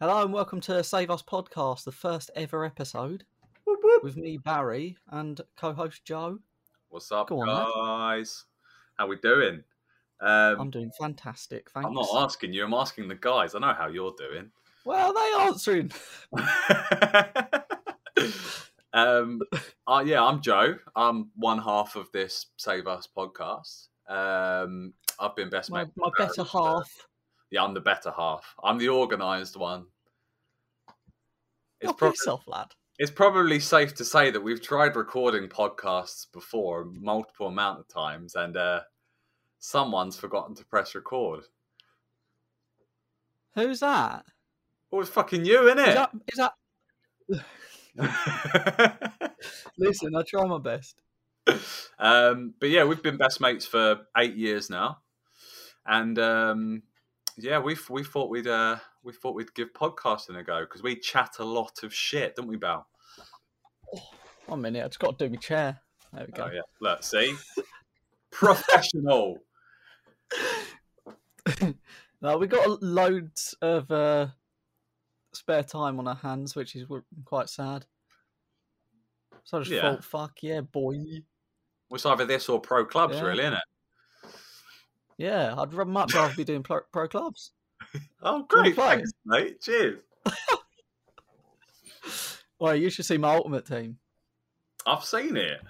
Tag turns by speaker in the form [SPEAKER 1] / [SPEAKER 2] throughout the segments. [SPEAKER 1] Hello and welcome to Save Us Podcast, the first ever episode with me, Barry, and co host Joe.
[SPEAKER 2] What's up,
[SPEAKER 1] Go on,
[SPEAKER 2] guys? How we doing? Um,
[SPEAKER 1] I'm doing fantastic, thanks.
[SPEAKER 2] I'm not asking you. I'm asking the guys. I know how you're doing.
[SPEAKER 1] Well, they answering.
[SPEAKER 2] um, uh, yeah, I'm Joe. I'm one half of this Save Us podcast. Um, I've been best
[SPEAKER 1] My,
[SPEAKER 2] mate.
[SPEAKER 1] my
[SPEAKER 2] with Barry
[SPEAKER 1] better
[SPEAKER 2] for-
[SPEAKER 1] half.
[SPEAKER 2] Yeah, I'm the better half. I'm the organised one. It's
[SPEAKER 1] Knock
[SPEAKER 2] probably
[SPEAKER 1] yourself, lad.
[SPEAKER 2] It's probably safe to say that we've tried recording podcasts before multiple amount of times, and uh, someone's forgotten to press record.
[SPEAKER 1] Who's that?
[SPEAKER 2] Well, it's fucking you, innit?
[SPEAKER 1] Is that? Is that? Listen, I try my best.
[SPEAKER 2] um, but yeah, we've been best mates for eight years now, and um, yeah, we we thought we'd uh, we thought we'd give podcasting a go because we chat a lot of shit, don't we, Bal?
[SPEAKER 1] One minute, I just got to do my chair. There we go.
[SPEAKER 2] Oh yeah, look, see, professional.
[SPEAKER 1] No, we got loads of uh, spare time on our hands, which is w- quite sad. So I just
[SPEAKER 2] Yeah.
[SPEAKER 1] thought, fuck yeah, boy.
[SPEAKER 2] It's either this or pro clubs,
[SPEAKER 1] Yeah.
[SPEAKER 2] really, innit?
[SPEAKER 1] Yeah, I'd r- much rather be doing pro, pro clubs.
[SPEAKER 2] Oh,
[SPEAKER 1] Go and
[SPEAKER 2] great.
[SPEAKER 1] play.
[SPEAKER 2] Thanks, mate. Cheers.
[SPEAKER 1] Well, you should see my ultimate team.
[SPEAKER 2] I've seen it.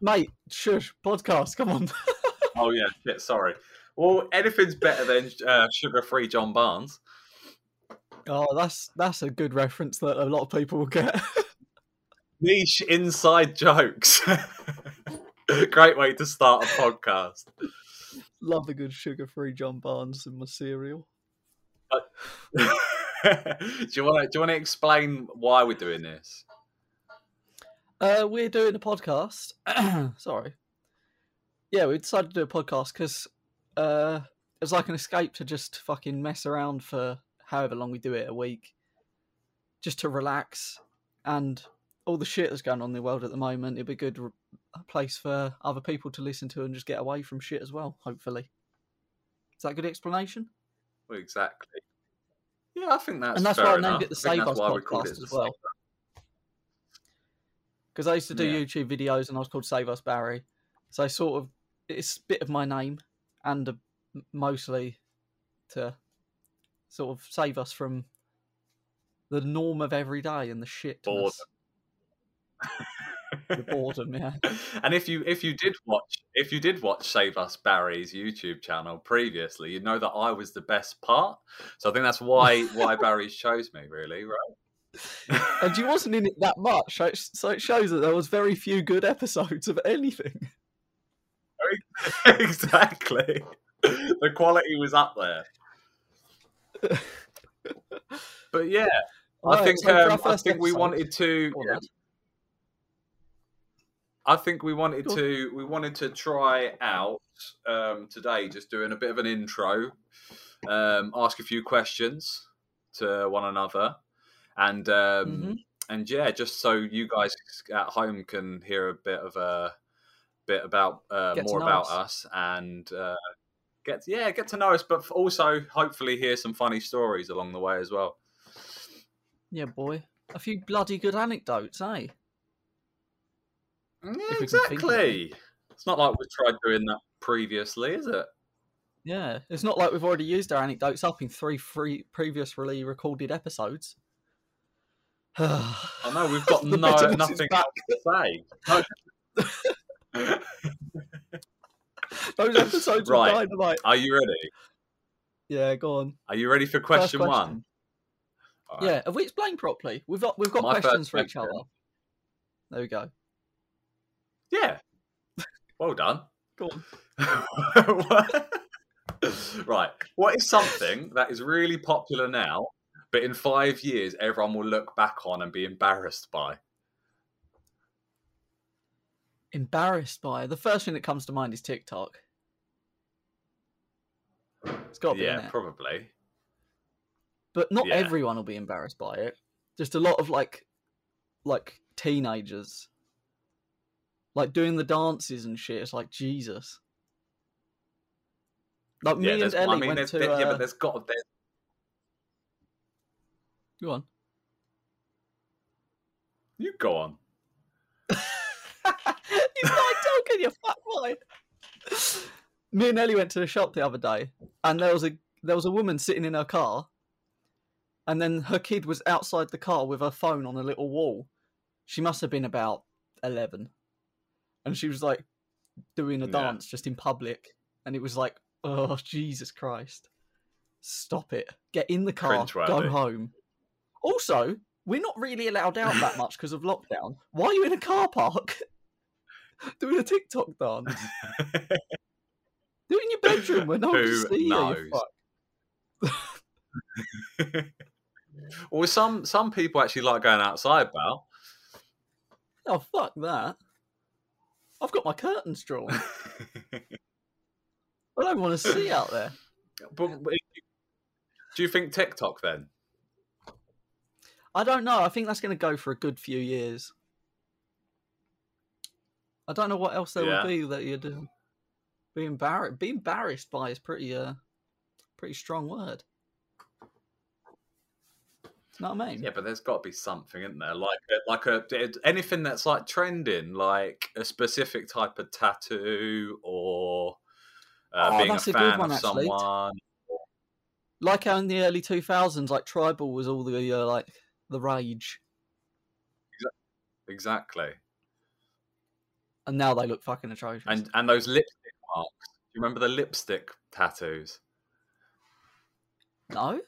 [SPEAKER 1] Mate, shush, podcast, come on.
[SPEAKER 2] Oh, yeah. Shit, sorry. Well, anything's better than uh, sugar free John Barnes.
[SPEAKER 1] Oh, that's that's a good reference that a lot of people will get.
[SPEAKER 2] Niche inside jokes. great way to start a podcast.
[SPEAKER 1] Love a good sugar free John Barnes in my cereal.
[SPEAKER 2] do you want to do you want to explain why we're doing this?
[SPEAKER 1] Uh, we're doing a podcast. Sorry. Yeah, we decided to do a podcast because uh, it was like an escape to just fucking mess around for however long we do it a week, just to relax and all the shit that's going on in the world at the moment. It'd be a good r- a place for other people to listen to and just get away from shit as well. Hopefully, is that a good explanation?
[SPEAKER 2] Well, exactly. Yeah, I think that's
[SPEAKER 1] and that's
[SPEAKER 2] fair
[SPEAKER 1] why I
[SPEAKER 2] enough.
[SPEAKER 1] named it the
[SPEAKER 2] I think
[SPEAKER 1] Save Us
[SPEAKER 2] that's why we called it
[SPEAKER 1] podcast
[SPEAKER 2] the
[SPEAKER 1] as well. Because I used to do
[SPEAKER 2] Yeah.
[SPEAKER 1] YouTube videos and I was called Save Us Barry, so I sort of it's a bit of my name and a, mostly to sort of save us from the norm of every day and the shit,
[SPEAKER 2] Boredom.
[SPEAKER 1] the boredom. Yeah,
[SPEAKER 2] and if you if you did watch if you did watch Save Us Barry's YouTube channel previously, you'd know that I was the best part. So I think that's why why Barry's chose me, really, right?
[SPEAKER 1] and you wasn't in it that much, so it- so it shows that there was very few good episodes of anything.
[SPEAKER 2] exactly. The quality was up there. But yeah, I
[SPEAKER 1] Right,
[SPEAKER 2] think
[SPEAKER 1] so for our
[SPEAKER 2] um, I
[SPEAKER 1] first
[SPEAKER 2] think we
[SPEAKER 1] episode-
[SPEAKER 2] wanted to
[SPEAKER 1] Go on,
[SPEAKER 2] yeah,
[SPEAKER 1] lad.
[SPEAKER 2] I think we wanted
[SPEAKER 1] Go on.
[SPEAKER 2] to we wanted to try out um, today, just doing a bit of an intro, um, ask a few questions to one another, and um,
[SPEAKER 1] Mhm.
[SPEAKER 2] and yeah, just so you guys at home can hear a bit of a bit about uh,
[SPEAKER 1] Get to
[SPEAKER 2] more
[SPEAKER 1] know
[SPEAKER 2] about
[SPEAKER 1] us.
[SPEAKER 2] us and uh, get yeah get to know us, but also hopefully hear some funny stories along the way as well.
[SPEAKER 1] yeah, boy, a few bloody good anecdotes, eh?
[SPEAKER 2] Yeah,
[SPEAKER 1] If we can think of
[SPEAKER 2] exactly. It's not like we've tried doing that previously, is it?
[SPEAKER 1] Yeah, it's not like we've already used our anecdotes up in three free previously recorded episodes.
[SPEAKER 2] I know we've got
[SPEAKER 1] The
[SPEAKER 2] no
[SPEAKER 1] bitterness is
[SPEAKER 2] nothing
[SPEAKER 1] back.
[SPEAKER 2] else to say.
[SPEAKER 1] Those episodes
[SPEAKER 2] Right.
[SPEAKER 1] were dynamite.
[SPEAKER 2] Are you ready?
[SPEAKER 1] Yeah, go on.
[SPEAKER 2] Are you ready for question,
[SPEAKER 1] question.
[SPEAKER 2] one? All right.
[SPEAKER 1] Yeah, have we explained properly? We've got we've got
[SPEAKER 2] My first
[SPEAKER 1] questions for each other.
[SPEAKER 2] question.
[SPEAKER 1] There we go.
[SPEAKER 2] Yeah. Well done.
[SPEAKER 1] Go on.
[SPEAKER 2] What- right. What is something that is really popular now, but in five years everyone will look back on and be embarrassed by?
[SPEAKER 1] Embarrassed by the first thing that comes to mind is TikTok. It's got to be in
[SPEAKER 2] yeah,
[SPEAKER 1] it.
[SPEAKER 2] probably.
[SPEAKER 1] but not
[SPEAKER 2] Yeah.
[SPEAKER 1] everyone will be embarrassed by it. Just a lot of like, like teenagers, like doing the dances and shit. It's like Jesus. Like
[SPEAKER 2] yeah,
[SPEAKER 1] me and
[SPEAKER 2] there's,
[SPEAKER 1] Ellie
[SPEAKER 2] I mean,
[SPEAKER 1] went
[SPEAKER 2] there's,
[SPEAKER 1] to.
[SPEAKER 2] there- yeah,
[SPEAKER 1] uh,
[SPEAKER 2] but there's got to, there's,
[SPEAKER 1] Go on.
[SPEAKER 2] You go on.
[SPEAKER 1] you can't talking, you fuck boy. Me and Ellie went to the shop the other day, and there was a there was a woman sitting in her car, and then her kid was outside the car with her phone on a little wall. She must have been about eleven, and she was like doing a
[SPEAKER 2] Yeah.
[SPEAKER 1] dance just in public, and it was like, oh Jesus Christ, stop it! Get in the car, go
[SPEAKER 2] Cringeworthy.
[SPEAKER 1] home. Also, we're not really allowed out that much because of lockdown. Why are you in a car park doing a TikTok dance? Do it in your bedroom where no one
[SPEAKER 2] Who
[SPEAKER 1] can see you,
[SPEAKER 2] knows?
[SPEAKER 1] you. fuck.
[SPEAKER 2] well, some some people actually like going outside, Bal.
[SPEAKER 1] Oh fuck that! I've got my curtains drawn. I don't want to see out there.
[SPEAKER 2] but, but if you- do you think TikTok then?
[SPEAKER 1] I don't know. I think that's going to go for a good few years. I don't know what else there
[SPEAKER 2] Yeah.
[SPEAKER 1] would be that you'd uh, be embarrassed. Be embarrassed by is pretty uh, pretty strong word. Know what I mean?
[SPEAKER 2] Yeah, but there's got to be something, isn't there? Like, a, like a anything that's like trending, like a specific type of tattoo or uh,
[SPEAKER 1] Oh,
[SPEAKER 2] being a
[SPEAKER 1] that's a good
[SPEAKER 2] fan
[SPEAKER 1] one,
[SPEAKER 2] of
[SPEAKER 1] actually.
[SPEAKER 2] someone.
[SPEAKER 1] Like how in the early two thousands, like tribal was all the uh, like the rage,
[SPEAKER 2] Exactly.
[SPEAKER 1] and now they look fucking atrocious.
[SPEAKER 2] And and those lipstick marks. Do you remember the lipstick tattoos?
[SPEAKER 1] No.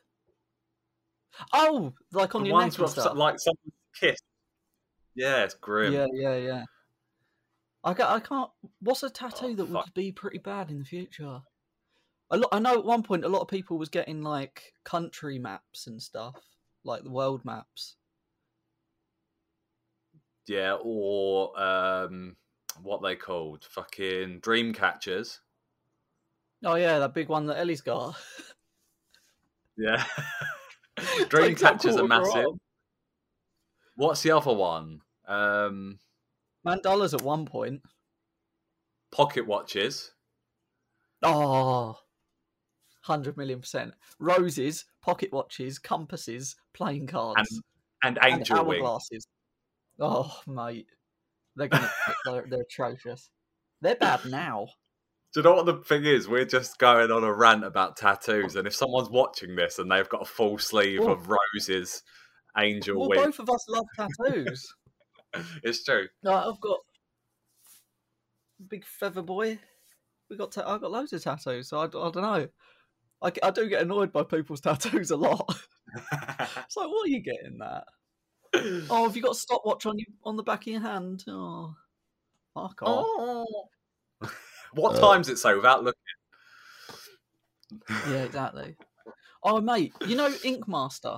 [SPEAKER 1] Oh, like on
[SPEAKER 2] the
[SPEAKER 1] your
[SPEAKER 2] ones
[SPEAKER 1] neck and
[SPEAKER 2] with so-
[SPEAKER 1] stuff.
[SPEAKER 2] like someone's kiss. Yeah, it's grim.
[SPEAKER 1] yeah, yeah, yeah. I ca- I can't. What's a tattoo
[SPEAKER 2] Oh,
[SPEAKER 1] that
[SPEAKER 2] fuck.
[SPEAKER 1] would be pretty bad in the future? A lot. I know at one point a lot of people was getting like country maps and stuff, like the world maps.
[SPEAKER 2] Yeah, or um, what they called fucking dream catchers.
[SPEAKER 1] Oh yeah, that big one that Ellie's got.
[SPEAKER 2] Yeah. Dream
[SPEAKER 1] Takes up
[SPEAKER 2] catchers are
[SPEAKER 1] quarter of her
[SPEAKER 2] massive.
[SPEAKER 1] arm.
[SPEAKER 2] What's the other one? Um,
[SPEAKER 1] Mandala's at one point.
[SPEAKER 2] pocket watches.
[SPEAKER 1] Oh. 100 million percent. Roses, pocket watches, compasses, playing cards.
[SPEAKER 2] and
[SPEAKER 1] and
[SPEAKER 2] angel wing.
[SPEAKER 1] hourglasses. Oh, mate, they're gonna they're, they're atrocious. They're bad now.
[SPEAKER 2] Do you know what the thing is? We're just going on a rant about tattoos, and if someone's watching this and they've got a full sleeve
[SPEAKER 1] Well-
[SPEAKER 2] of roses, angel
[SPEAKER 1] Well,
[SPEAKER 2] wing,
[SPEAKER 1] both of us love tattoos.
[SPEAKER 2] it's true.
[SPEAKER 1] like, I've got big feather boy. We got ta- I've got loads of tattoos, so I, don't know. I, I do get annoyed by people's tattoos a lot. It's like, what are you getting that? Oh, have you got a stopwatch on you on the back of your hand? Oh, fuck off.
[SPEAKER 2] Oh. what
[SPEAKER 1] Uh.
[SPEAKER 2] time's it say without looking?
[SPEAKER 1] Yeah, exactly. Oh, mate, you know Ink Master,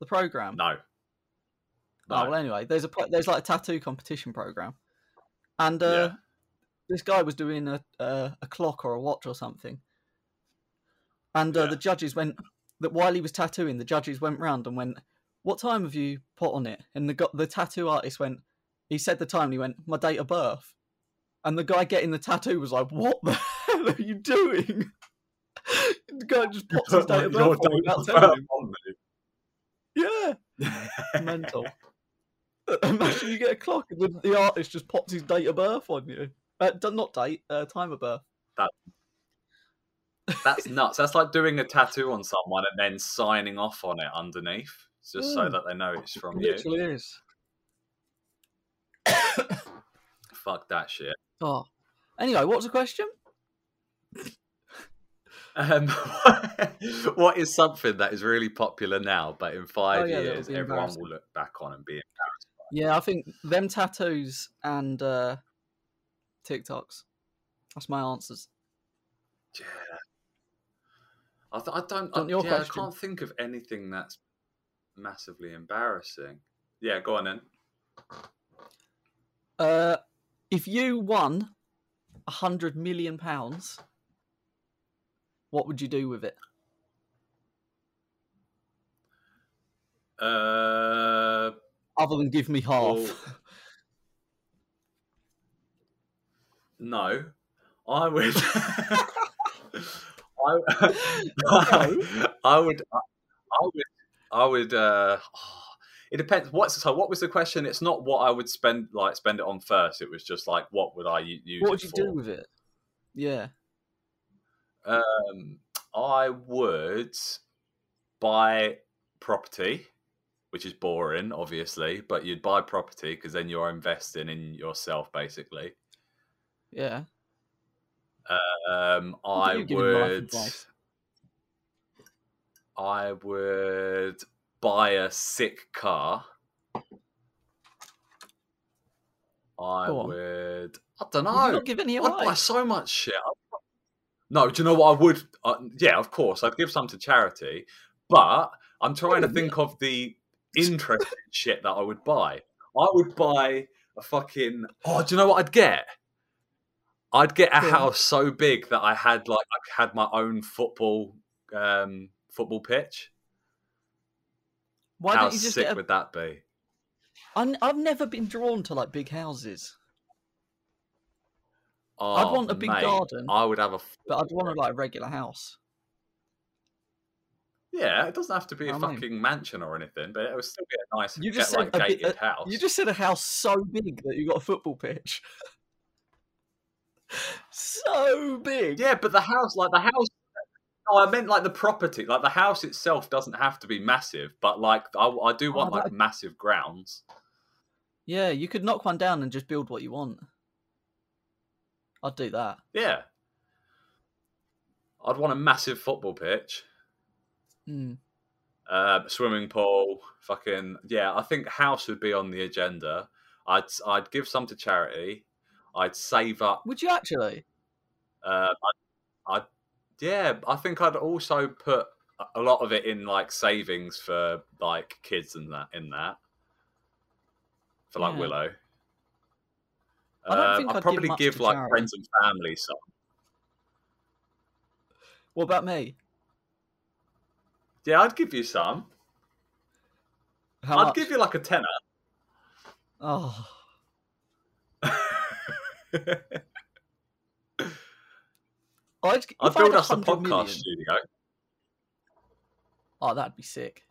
[SPEAKER 1] the program.
[SPEAKER 2] No.
[SPEAKER 1] Oh,
[SPEAKER 2] No.
[SPEAKER 1] well, anyway, there's a pro- there's like a tattoo competition program, and uh,
[SPEAKER 2] Yeah.
[SPEAKER 1] this guy was doing a uh, a clock or a watch or something, and uh,
[SPEAKER 2] Yeah.
[SPEAKER 1] the judges went that while he was tattooing, the judges went round and went, "What time have you put on it?" And the go- the tattoo artist went, he said the time, and he went, "My date of birth," and the guy getting the tattoo was like, "What the hell are you doing?" the guy just pops his
[SPEAKER 2] Put
[SPEAKER 1] date of
[SPEAKER 2] your
[SPEAKER 1] birth on
[SPEAKER 2] date
[SPEAKER 1] without
[SPEAKER 2] of
[SPEAKER 1] telling
[SPEAKER 2] birth
[SPEAKER 1] him.
[SPEAKER 2] on
[SPEAKER 1] Yeah
[SPEAKER 2] there.
[SPEAKER 1] mental. Imagine you get a clock and the, the artist just pops his date of birth on you. Uh, d- not date, uh, time of birth.
[SPEAKER 2] That's nuts. That's like doing a tattoo on someone and then signing off on it underneath, just so
[SPEAKER 1] Mm.
[SPEAKER 2] that they know it's from you.
[SPEAKER 1] Literally is.
[SPEAKER 2] Fuck that shit.
[SPEAKER 1] Oh. Anyway, what's the question?
[SPEAKER 2] Um, what is something that is really popular now, but in five
[SPEAKER 1] Oh, yeah, that'll
[SPEAKER 2] years,
[SPEAKER 1] be
[SPEAKER 2] everyone
[SPEAKER 1] embarrassing.
[SPEAKER 2] will look back on and be
[SPEAKER 1] Yeah, I think them tattoos and uh, TikToks. That's my answers.
[SPEAKER 2] yeah. I, th- I don't.
[SPEAKER 1] Don't
[SPEAKER 2] I,
[SPEAKER 1] your
[SPEAKER 2] yeah, I
[SPEAKER 1] question.
[SPEAKER 2] can't think of anything that's massively embarrassing. Yeah, go on then.
[SPEAKER 1] Uh, if you won a hundred million pounds, what would you do with it?
[SPEAKER 2] Uh,
[SPEAKER 1] Other than give me half.
[SPEAKER 2] Well, No, I would. I, I, would. I would. I would. Uh, it depends. What's so? What was the question? It's not what I would spend like spend it on first. It was just like what would I u- use?
[SPEAKER 1] What
[SPEAKER 2] it
[SPEAKER 1] would you
[SPEAKER 2] for?
[SPEAKER 1] do with it? Yeah.
[SPEAKER 2] Um, I would buy property, which is boring, obviously, but you'd buy property because then you're investing in yourself, basically.
[SPEAKER 1] Yeah.
[SPEAKER 2] Um,
[SPEAKER 1] What do
[SPEAKER 2] I
[SPEAKER 1] you give him life
[SPEAKER 2] would,
[SPEAKER 1] advice?
[SPEAKER 2] I would buy a sick car. I
[SPEAKER 1] Go on.
[SPEAKER 2] would. I
[SPEAKER 1] Would
[SPEAKER 2] don't
[SPEAKER 1] you
[SPEAKER 2] know.
[SPEAKER 1] not give any
[SPEAKER 2] I'd buy
[SPEAKER 1] away?
[SPEAKER 2] so much shit. I'd- No, do you know what I would? Uh, yeah, of course, I'd give some to charity, but I'm trying to
[SPEAKER 1] Oh,
[SPEAKER 2] think of the interesting shit that I would buy. I would buy a fucking. Oh, do you know what I'd get? I'd get a
[SPEAKER 1] Go on.
[SPEAKER 2] house so big that I had like I had my own football um football pitch.
[SPEAKER 1] Why
[SPEAKER 2] How
[SPEAKER 1] don't you just
[SPEAKER 2] sick
[SPEAKER 1] get a
[SPEAKER 2] would that be?
[SPEAKER 1] I'm, I've never been drawn to like big houses,
[SPEAKER 2] Oh,
[SPEAKER 1] want a big
[SPEAKER 2] mate,
[SPEAKER 1] garden.
[SPEAKER 2] I would have a. f-
[SPEAKER 1] but I'd want to like a regular house.
[SPEAKER 2] Yeah, it doesn't have to be a
[SPEAKER 1] I mean-
[SPEAKER 2] fucking mansion or anything, but it would still be a nice,
[SPEAKER 1] You just
[SPEAKER 2] get,
[SPEAKER 1] said
[SPEAKER 2] like,
[SPEAKER 1] a bit-
[SPEAKER 2] gated house.
[SPEAKER 1] You just said a house so big that you got a football pitch. so big.
[SPEAKER 2] Yeah, but the house, like the house. No, I meant like the property, like the house itself doesn't have to be massive, but like I, I do want
[SPEAKER 1] Oh,
[SPEAKER 2] like massive grounds.
[SPEAKER 1] Yeah, you could knock one down and just build what you want. I'd do that.
[SPEAKER 2] Yeah, I'd want a massive football pitch,
[SPEAKER 1] Mm.
[SPEAKER 2] uh, swimming pool, fucking yeah. I think house would be on the agenda. I'd I'd give some to charity. I'd save up.
[SPEAKER 1] Would you actually?
[SPEAKER 2] Uh, I'd, I'd yeah. I think I'd also put a- a lot of it in like savings for like kids and that in that for like
[SPEAKER 1] Yeah.
[SPEAKER 2] Willow.
[SPEAKER 1] I don't
[SPEAKER 2] Um,
[SPEAKER 1] think I'd
[SPEAKER 2] I'd
[SPEAKER 1] give
[SPEAKER 2] probably
[SPEAKER 1] much
[SPEAKER 2] give
[SPEAKER 1] to
[SPEAKER 2] like
[SPEAKER 1] charity.
[SPEAKER 2] friends and family some.
[SPEAKER 1] What about me?
[SPEAKER 2] Yeah, I'd give you some.
[SPEAKER 1] How
[SPEAKER 2] I'd
[SPEAKER 1] much?
[SPEAKER 2] give you like a tenner.
[SPEAKER 1] Oh, I'd,
[SPEAKER 2] I'd
[SPEAKER 1] if I had
[SPEAKER 2] build us a
[SPEAKER 1] 100
[SPEAKER 2] podcast
[SPEAKER 1] million
[SPEAKER 2] studio.
[SPEAKER 1] Oh, that'd be sick.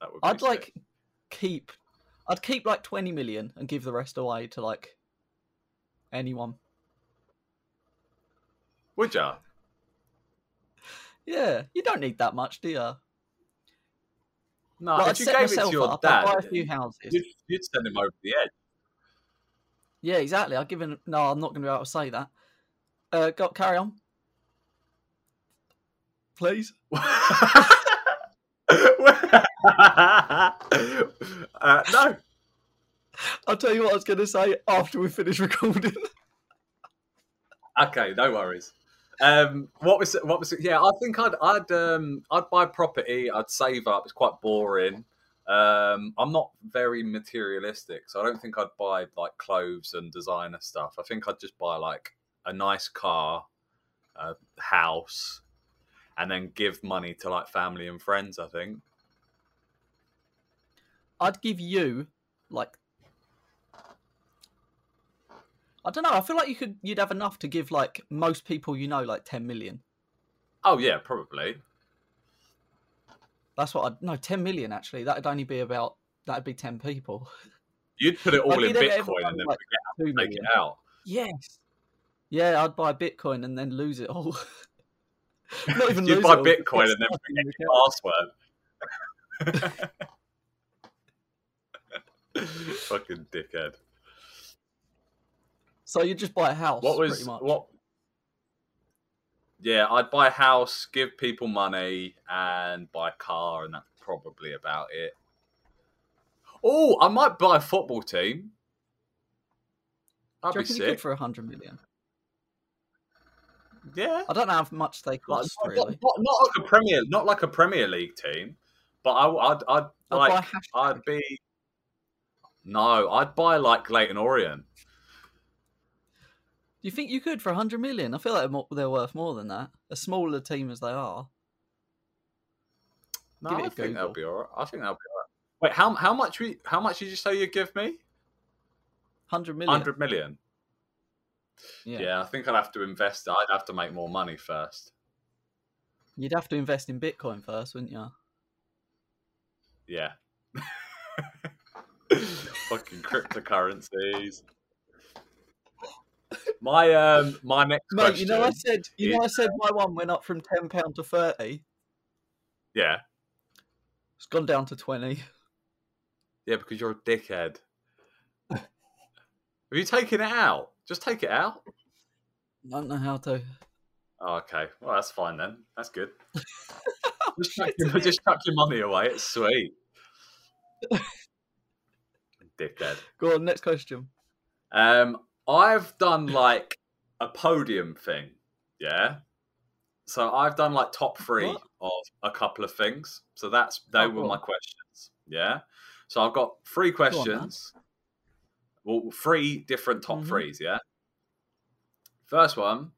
[SPEAKER 2] That would be
[SPEAKER 1] I'd
[SPEAKER 2] sick.
[SPEAKER 1] like keep. I'd keep like twenty million and give the rest away to like anyone.
[SPEAKER 2] Would ya?
[SPEAKER 1] Yeah, you don't need that much, do you?
[SPEAKER 2] No,
[SPEAKER 1] Like,
[SPEAKER 2] if
[SPEAKER 1] I'd
[SPEAKER 2] you
[SPEAKER 1] set
[SPEAKER 2] gave it to
[SPEAKER 1] myself
[SPEAKER 2] your
[SPEAKER 1] up. I'd buy
[SPEAKER 2] dad,
[SPEAKER 1] a few houses.
[SPEAKER 2] you'd, you'd send him over the edge.
[SPEAKER 1] Yeah, exactly. I'd give him. No, I'm not going to be able to say that. Uh, go carry on, please.
[SPEAKER 2] uh, no,
[SPEAKER 1] I'll tell you what I was going to say after we finish recording.
[SPEAKER 2] okay, no worries. Um, what was it? What was it? Yeah, I think I'd I'd um, I'd buy property. I'd save up. It's quite boring. Um, I'm not very materialistic, so I don't think I'd buy like clothes and designer stuff. I think I'd just buy like a nice car, a house, and then give money to like family and friends. I think.
[SPEAKER 1] I'd give you like I don't know. I feel like you could you'd have enough to give like most people you know like 10 million.
[SPEAKER 2] Oh yeah, probably.
[SPEAKER 1] That's what I'd no 10 million actually. That'd only be about that'd be 10 people.
[SPEAKER 2] You'd put it all
[SPEAKER 1] I'd
[SPEAKER 2] in
[SPEAKER 1] give
[SPEAKER 2] Bitcoin
[SPEAKER 1] everyone,
[SPEAKER 2] and then
[SPEAKER 1] like, 2
[SPEAKER 2] take
[SPEAKER 1] million.
[SPEAKER 2] it out.
[SPEAKER 1] Yes. Yeah, I'd buy Bitcoin and then lose it all. Not even
[SPEAKER 2] You'd
[SPEAKER 1] lose
[SPEAKER 2] buy
[SPEAKER 1] it all, just
[SPEAKER 2] Bitcoin
[SPEAKER 1] put
[SPEAKER 2] and then
[SPEAKER 1] stuff in
[SPEAKER 2] forget
[SPEAKER 1] the account.
[SPEAKER 2] password. Fucking dickhead.
[SPEAKER 1] So you just buy a house
[SPEAKER 2] What was
[SPEAKER 1] pretty much.
[SPEAKER 2] what? Yeah, I'd buy a house, give people money, and buy a car, and that's probably about it. Oh, I might buy a football team.
[SPEAKER 1] Do you
[SPEAKER 2] That'd be
[SPEAKER 1] reckon you could
[SPEAKER 2] sick.
[SPEAKER 1] for 100 million?
[SPEAKER 2] Yeah,
[SPEAKER 1] I don't know how much they
[SPEAKER 2] like,
[SPEAKER 1] cost
[SPEAKER 2] not,
[SPEAKER 1] really.
[SPEAKER 2] not- not like a premier, not like a Premier League team, but I, would I'd
[SPEAKER 1] I'd
[SPEAKER 2] like
[SPEAKER 1] buy a hash
[SPEAKER 2] I'd be. No, I'd buy like Leighton Orient.
[SPEAKER 1] Do you think you could for 100 million? I feel like mo- they're worth more than that. A smaller team as they are.
[SPEAKER 2] No,
[SPEAKER 1] Give it
[SPEAKER 2] I
[SPEAKER 1] a
[SPEAKER 2] think that'll
[SPEAKER 1] Google.
[SPEAKER 2] be all right. I think that'll be all right. Wait, how how much we how much did you say you'd give me?
[SPEAKER 1] 100 million.
[SPEAKER 2] Hundred million.
[SPEAKER 1] Yeah.
[SPEAKER 2] yeah, I think I'd have to invest. I'd have to make more money first.
[SPEAKER 1] You'd have to invest in Bitcoin first, wouldn't you?
[SPEAKER 2] yeah. Fucking cryptocurrencies. My um, my next
[SPEAKER 1] Mate,
[SPEAKER 2] question.
[SPEAKER 1] you know I said you know I said my one went up from ten pound to thirty.
[SPEAKER 2] yeah,
[SPEAKER 1] It's gone down to twenty.
[SPEAKER 2] yeah, because you're a dickhead. Have you taken it out? Just take it out.
[SPEAKER 1] I don't know how to.
[SPEAKER 2] Oh, okay, well that's fine then. That's good. just, chuck your, just chuck your money away. It's sweet. dickhead.
[SPEAKER 1] Go on, next question.
[SPEAKER 2] Um, I've done like a podium thing, yeah. So I've done like top three
[SPEAKER 1] What?
[SPEAKER 2] of a couple of things. So that's they
[SPEAKER 1] Oh,
[SPEAKER 2] were
[SPEAKER 1] cool.
[SPEAKER 2] my questions, yeah. So I've got three
[SPEAKER 1] man.
[SPEAKER 2] questions. well, three different top
[SPEAKER 1] Mhm.
[SPEAKER 2] threes, yeah. First one,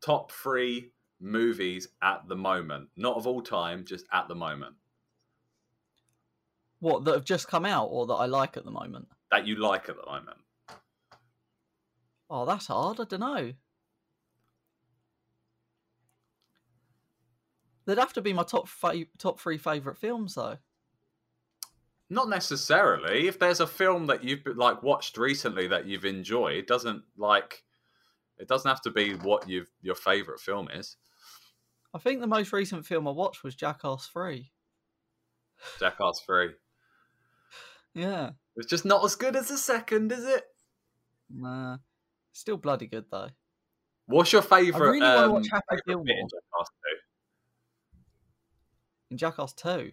[SPEAKER 2] top three movies at the moment, not of all time, just at the moment
[SPEAKER 1] What that have just come out or that I like at the moment?
[SPEAKER 2] that you like at the moment.
[SPEAKER 1] Oh, that's hard. I don't know. They'd have to be my top fa- top three favorite films though.
[SPEAKER 2] Not necessarily. If there's a film that you've like watched recently that you've enjoyed, it doesn't like it doesn't have to be what you've your favorite film is.
[SPEAKER 1] I think the most recent film I watched was Jackass Three.
[SPEAKER 2] Jackass Three.
[SPEAKER 1] Yeah,
[SPEAKER 2] It's just not as good as the second, is it?
[SPEAKER 1] nah, still bloody good though.
[SPEAKER 2] What's your favorite?
[SPEAKER 1] really wanna
[SPEAKER 2] um,
[SPEAKER 1] watch Happy
[SPEAKER 2] favourite bit in
[SPEAKER 1] Gilmore.
[SPEAKER 2] Jackass
[SPEAKER 1] In Jackass Two,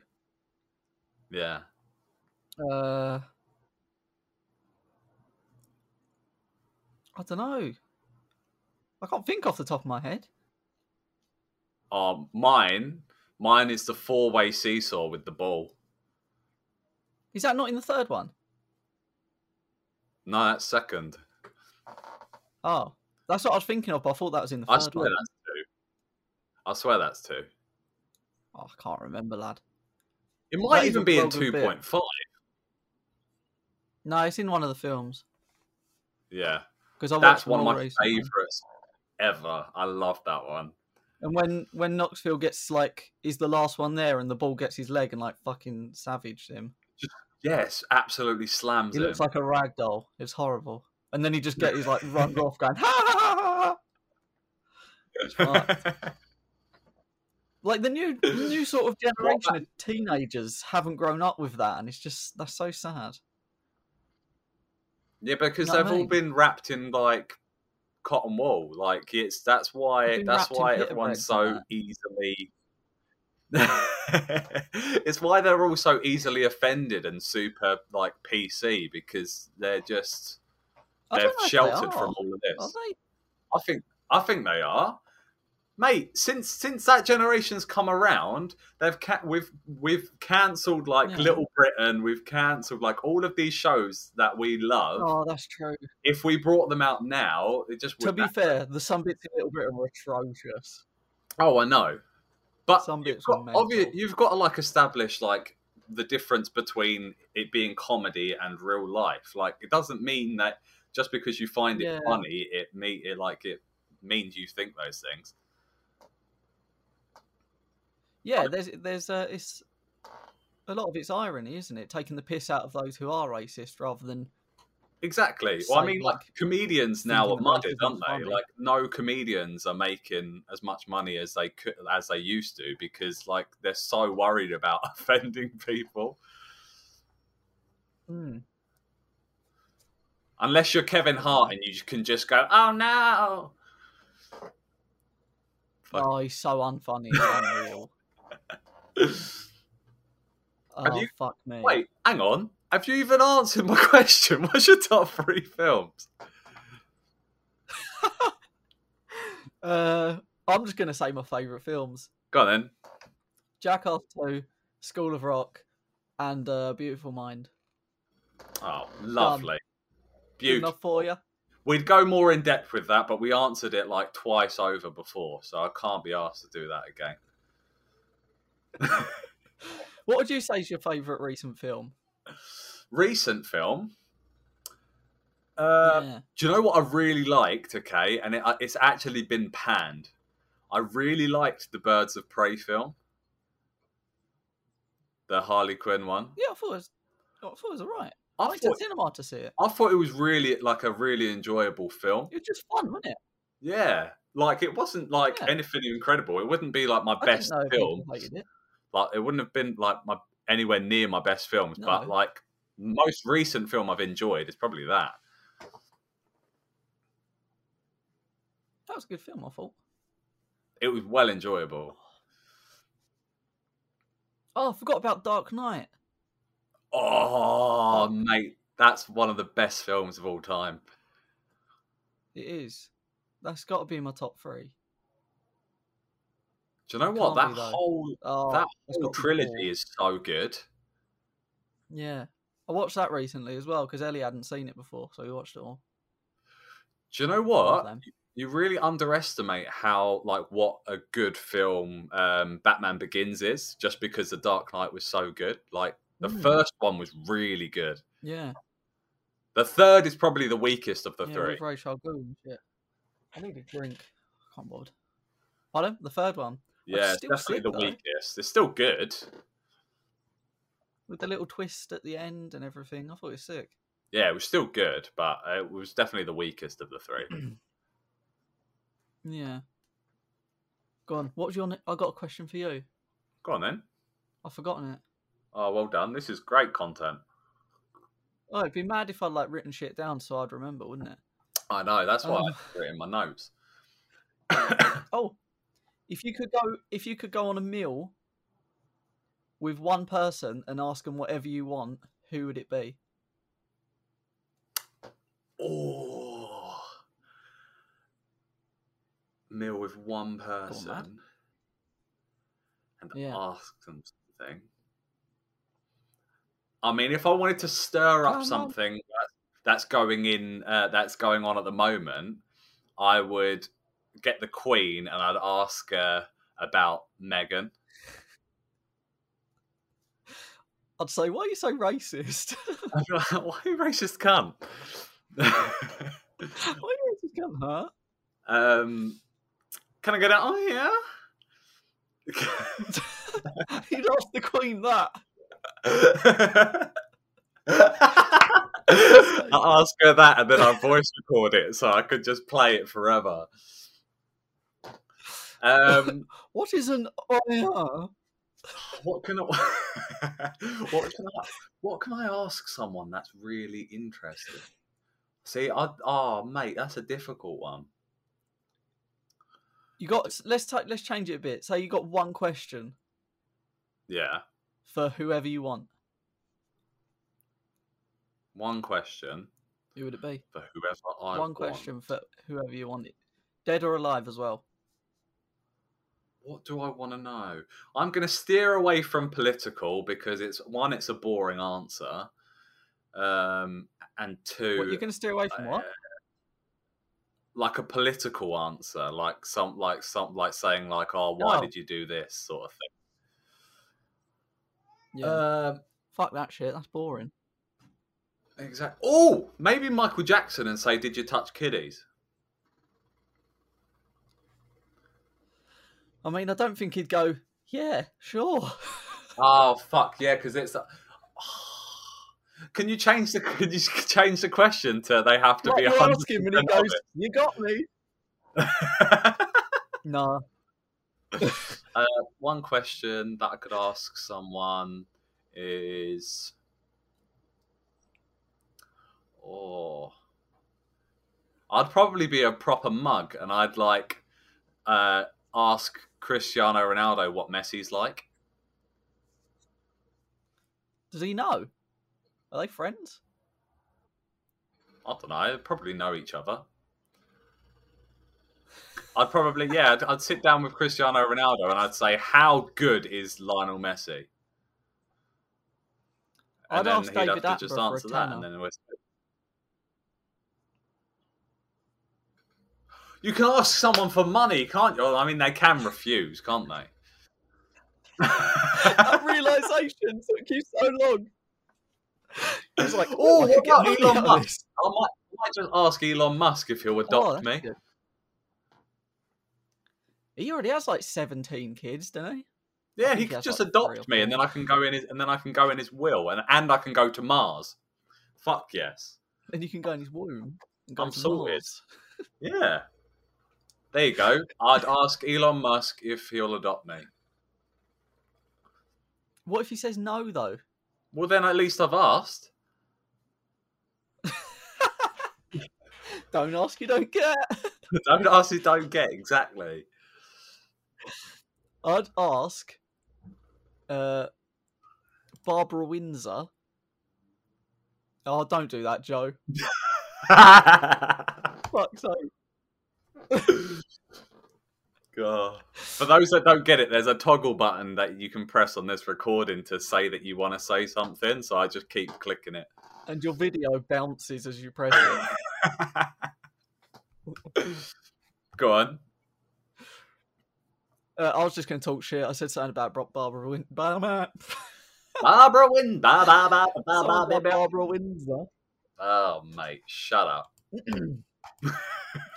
[SPEAKER 2] 2? Yeah.
[SPEAKER 1] uh, I don't know. I can't think off the top of my head.
[SPEAKER 2] Um, mine, mine is the four-way seesaw with the ball.
[SPEAKER 1] Is that not in the third one?
[SPEAKER 2] No, that's second.
[SPEAKER 1] Oh, that's what I was thinking of. But I thought that was in the
[SPEAKER 2] I
[SPEAKER 1] third
[SPEAKER 2] swear
[SPEAKER 1] one.
[SPEAKER 2] that's two. I swear that's two.
[SPEAKER 1] Oh, I can't remember, lad.
[SPEAKER 2] It might
[SPEAKER 1] is
[SPEAKER 2] even
[SPEAKER 1] a
[SPEAKER 2] be in
[SPEAKER 1] well good
[SPEAKER 2] two
[SPEAKER 1] bit.
[SPEAKER 2] point five.
[SPEAKER 1] No, it's in one of the films
[SPEAKER 2] Yeah.
[SPEAKER 1] because I
[SPEAKER 2] That's
[SPEAKER 1] watched E.
[SPEAKER 2] one of
[SPEAKER 1] Raw
[SPEAKER 2] my
[SPEAKER 1] recently.
[SPEAKER 2] favourites ever. I love that one.
[SPEAKER 1] And when when Knoxville gets like is the last one there, and the ball gets his leg and like fucking savaged him.
[SPEAKER 2] Yes, absolutely slams
[SPEAKER 1] He
[SPEAKER 2] it.
[SPEAKER 1] looks like a rag doll. It's horrible. And then he just gets his like runs off going ha ha ha ha. ha." Like the new new sort of generation of teenagers haven't grown up with that, and it's just that's so sad.
[SPEAKER 2] yeah, because
[SPEAKER 1] You know what
[SPEAKER 2] they've
[SPEAKER 1] I
[SPEAKER 2] all
[SPEAKER 1] mean?
[SPEAKER 2] been wrapped in like cotton wool. Like it's that's why
[SPEAKER 1] They've been wrapped
[SPEAKER 2] that's
[SPEAKER 1] in
[SPEAKER 2] why
[SPEAKER 1] pita
[SPEAKER 2] everyone's
[SPEAKER 1] breads and that.
[SPEAKER 2] so easily. it's why they're all so easily offended and super like PC because they're just
[SPEAKER 1] I
[SPEAKER 2] they've
[SPEAKER 1] don't know if they
[SPEAKER 2] sheltered
[SPEAKER 1] are.
[SPEAKER 2] from all of this.
[SPEAKER 1] Are they?
[SPEAKER 2] I think I think they are, mate. Since since that generation's come around, they've ca- we've we've cancelled like
[SPEAKER 1] Yeah.
[SPEAKER 2] Little Britain. We've cancelled like all of these shows that we love.
[SPEAKER 1] Oh, that's true.
[SPEAKER 2] If we brought them out now, it just
[SPEAKER 1] To
[SPEAKER 2] would.
[SPEAKER 1] be fair, the some bits in Little Britain were atrocious.
[SPEAKER 2] oh, I know, but
[SPEAKER 1] Some
[SPEAKER 2] you've
[SPEAKER 1] bits were
[SPEAKER 2] got, obvi-
[SPEAKER 1] mental.
[SPEAKER 2] you've got to like establish like the difference between it being comedy and real life. Like it doesn't mean that just because you find it
[SPEAKER 1] Yeah.
[SPEAKER 2] funny, it me it like it means you think those things.
[SPEAKER 1] Yeah, there's there's uh, it's a lot of it's irony, isn't it? Taking the piss out of those who are racist rather than
[SPEAKER 2] Exactly. Well, I
[SPEAKER 1] So,
[SPEAKER 2] mean, like,
[SPEAKER 1] like,
[SPEAKER 2] comedians now are
[SPEAKER 1] thinking that
[SPEAKER 2] mudded,
[SPEAKER 1] life
[SPEAKER 2] aren't
[SPEAKER 1] isn't
[SPEAKER 2] they?
[SPEAKER 1] funny.
[SPEAKER 2] Like, no comedians are making as much money as they could, as they used to, because like they're so worried about offending people.
[SPEAKER 1] mm,
[SPEAKER 2] Unless you're Kevin Hart and you can just go, "Oh no!" Fuck.
[SPEAKER 1] oh, he's so unfunny, it's unreal. Oh,
[SPEAKER 2] you-
[SPEAKER 1] fuck me.
[SPEAKER 2] Wait, hang on. Have you even answered my question? What's your top three films?
[SPEAKER 1] Uh, I'm just gonna say my favourite films:
[SPEAKER 2] Go on then.
[SPEAKER 1] Jackass Two, School of Rock, and uh, Beautiful Mind.
[SPEAKER 2] Oh, lovely,
[SPEAKER 1] Good
[SPEAKER 2] beautiful.
[SPEAKER 1] Enough for you.
[SPEAKER 2] We'd go more in depth with that, but we answered it like twice over before, so I can't be asked to do that again.
[SPEAKER 1] What would you say is your favourite recent film?
[SPEAKER 2] Recent film. Uh,
[SPEAKER 1] yeah.
[SPEAKER 2] Do you know what I really liked? Okay, and it, uh, it's actually been panned. I really liked the Birds of Prey film. the Harley Quinn one.
[SPEAKER 1] Yeah, I thought it was, I thought it was alright. I,
[SPEAKER 2] I
[SPEAKER 1] went
[SPEAKER 2] thought,
[SPEAKER 1] to the cinema to see it.
[SPEAKER 2] I thought it was really like a really enjoyable film.
[SPEAKER 1] It was just fun, wasn't it?
[SPEAKER 2] Yeah, like it wasn't like
[SPEAKER 1] Yeah.
[SPEAKER 2] anything incredible. It wouldn't be like my
[SPEAKER 1] I
[SPEAKER 2] best
[SPEAKER 1] didn't know
[SPEAKER 2] film.
[SPEAKER 1] people hated it.
[SPEAKER 2] Like it wouldn't have been like my anywhere near my best films. But
[SPEAKER 1] No.
[SPEAKER 2] like most recent film I've enjoyed is probably that.
[SPEAKER 1] That was a good film, I thought.
[SPEAKER 2] It was well enjoyable.
[SPEAKER 1] Oh, I forgot about Dark Knight.
[SPEAKER 2] Oh, mate, that's one of the best films of all time.
[SPEAKER 1] It is. That's got to be in my top three.
[SPEAKER 2] Do you know
[SPEAKER 1] It
[SPEAKER 2] what? That
[SPEAKER 1] can't be, though.
[SPEAKER 2] whole
[SPEAKER 1] Oh,
[SPEAKER 2] that
[SPEAKER 1] it's
[SPEAKER 2] whole
[SPEAKER 1] got to be
[SPEAKER 2] trilogy
[SPEAKER 1] four.
[SPEAKER 2] is so good.
[SPEAKER 1] Yeah. I watched that recently as well because Ellie hadn't seen it before, so we watched it all.
[SPEAKER 2] Do you know
[SPEAKER 1] Love
[SPEAKER 2] what?
[SPEAKER 1] them.
[SPEAKER 2] You really underestimate how like what a good film um, Batman Begins is, just because The Dark Knight was so good. Like the
[SPEAKER 1] Mm.
[SPEAKER 2] first one was really good.
[SPEAKER 1] Yeah.
[SPEAKER 2] The third is probably the weakest of the
[SPEAKER 1] yeah,
[SPEAKER 2] three.
[SPEAKER 1] With Rachel Gould and shit. I need a drink. I can't bother. Pardon? The third one
[SPEAKER 2] Yeah, it's
[SPEAKER 1] still
[SPEAKER 2] definitely
[SPEAKER 1] sick,
[SPEAKER 2] the
[SPEAKER 1] though.
[SPEAKER 2] weakest. It's still good.
[SPEAKER 1] with the little twist at the end and everything. I thought it was sick.
[SPEAKER 2] Yeah, it was still good, but it was definitely the weakest of the three.
[SPEAKER 1] Yeah. Go on. What's your? Ne- I got a question for you.
[SPEAKER 2] Go on then.
[SPEAKER 1] I've forgotten it.
[SPEAKER 2] Oh, well done. This is great content.
[SPEAKER 1] Oh, it'd be mad if I'd like written shit down so I'd remember, wouldn't it?
[SPEAKER 2] I know. That's why
[SPEAKER 1] Oh.
[SPEAKER 2] I put it in my notes.
[SPEAKER 1] Oh, if you could go, if you could go on a meal with one person and ask them whatever you want, who would it be?
[SPEAKER 2] oh, meal with one person
[SPEAKER 1] lad.
[SPEAKER 2] and
[SPEAKER 1] Yeah.
[SPEAKER 2] ask them something. I mean, if I wanted to stir
[SPEAKER 1] Go
[SPEAKER 2] up
[SPEAKER 1] on.
[SPEAKER 2] something that- that's going in, uh, that's going on at the moment, I would get the Queen and I'd ask her about Meghan.
[SPEAKER 1] I'd say, why are you so racist?
[SPEAKER 2] I'd be like, Why you racist cunt?
[SPEAKER 1] why are you racist? Come, huh?
[SPEAKER 2] Um, can I get out? Oh
[SPEAKER 1] You'd ask the Queen that.
[SPEAKER 2] yeah. I ask her that, and then I voice record it, so I could just play it forever. Um,
[SPEAKER 1] What is an oh,
[SPEAKER 2] what can I? what can I? What can I ask someone that's really interesting? See, I oh mate, that's a difficult one.
[SPEAKER 1] You got. Let's ta- let's change it a bit. Say you got one question
[SPEAKER 2] Yeah,
[SPEAKER 1] for whoever you want.
[SPEAKER 2] one question
[SPEAKER 1] Who would it be?
[SPEAKER 2] for whoever I
[SPEAKER 1] one
[SPEAKER 2] want.
[SPEAKER 1] question for whoever you want. Dead or alive as well.
[SPEAKER 2] What do I want to know? I'm going to steer away from political because it's one, it's a boring answer, um, and two,
[SPEAKER 1] What, you're going to steer away from what?
[SPEAKER 2] uh, like a political answer, like some, like some, like saying like, "Oh, why
[SPEAKER 1] No.
[SPEAKER 2] did you do this?" sort of thing.
[SPEAKER 1] Yeah.
[SPEAKER 2] Um,
[SPEAKER 1] Fuck that shit. That's boring.
[SPEAKER 2] exactly. Oh, maybe Michael Jackson and say, "Did you touch kiddies?"
[SPEAKER 1] I mean, I don't think he'd go. Yeah, sure.
[SPEAKER 2] Oh fuck yeah, because it's. Can you change the Can you change the question to they have to
[SPEAKER 1] What
[SPEAKER 2] be
[SPEAKER 1] you
[SPEAKER 2] a
[SPEAKER 1] ask him and he goes,
[SPEAKER 2] hundred
[SPEAKER 1] "You got me."
[SPEAKER 2] percent?
[SPEAKER 1] Nah.
[SPEAKER 2] one question that I could ask someone is, oh, I'd probably be a proper mug, and I'd like uh, ask Cristiano Ronaldo what Messi's like.
[SPEAKER 1] Does he know? Are they friends?
[SPEAKER 2] I don't know. Probably know each other. I'd probably yeah. I'd, I'd sit down with Cristiano Ronaldo and I'd say, "How good is Lionel Messi?"
[SPEAKER 1] I'd
[SPEAKER 2] And then
[SPEAKER 1] ask
[SPEAKER 2] he'd
[SPEAKER 1] David
[SPEAKER 2] have to
[SPEAKER 1] Attenborough
[SPEAKER 2] just
[SPEAKER 1] for a
[SPEAKER 2] answer that, and
[SPEAKER 1] tenner.
[SPEAKER 2] then we're... you can ask someone for money, can't you? Well, I mean, they can refuse, can't they?
[SPEAKER 1] that realization took you so long. He's like,
[SPEAKER 2] Oh,
[SPEAKER 1] "Oh, I
[SPEAKER 2] what
[SPEAKER 1] could get
[SPEAKER 2] about
[SPEAKER 1] money out
[SPEAKER 2] Elon
[SPEAKER 1] of
[SPEAKER 2] Musk?
[SPEAKER 1] this."
[SPEAKER 2] I might, I might just ask Elon Musk if he'll
[SPEAKER 1] Oh, that's
[SPEAKER 2] adopt me.
[SPEAKER 1] good. He already has like 17 kids, don't he? I
[SPEAKER 2] Yeah,
[SPEAKER 1] think
[SPEAKER 2] he
[SPEAKER 1] he
[SPEAKER 2] could
[SPEAKER 1] has,
[SPEAKER 2] just
[SPEAKER 1] like, three or
[SPEAKER 2] adopt me, and
[SPEAKER 1] four.
[SPEAKER 2] then I can go in, his, and then I can go in his will, and and I can go to Mars. Fuck yes,
[SPEAKER 1] Then you can go in his womb. And go
[SPEAKER 2] I'm
[SPEAKER 1] to
[SPEAKER 2] sorted.
[SPEAKER 1] Mars.
[SPEAKER 2] yeah. There you go. I'd ask Elon Musk if he'll adopt me.
[SPEAKER 1] What if he says no though?
[SPEAKER 2] Well, then at least I've asked.
[SPEAKER 1] Don't ask, you don't get.
[SPEAKER 2] don't ask, you don't get exactly.
[SPEAKER 1] I'd ask uh, Barbara Windsor. Oh, don't do that, Joe.
[SPEAKER 2] God.
[SPEAKER 1] Fuck's sake.
[SPEAKER 2] For those that don't get it, there's a toggle button that you can press on this recording to say that you want to say something. So I just keep clicking it.
[SPEAKER 1] And your video bounces as you press it.
[SPEAKER 2] Go on.
[SPEAKER 1] Uh, I was just going to talk shit. I said something about Bro- Barbara Win- Ba- ba-
[SPEAKER 2] Barbara Win. Ba, ba, ba, ba,
[SPEAKER 1] something
[SPEAKER 2] ba, ba,
[SPEAKER 1] about
[SPEAKER 2] ba.
[SPEAKER 1] Barbara Windsor.
[SPEAKER 2] Oh, mate, shut up.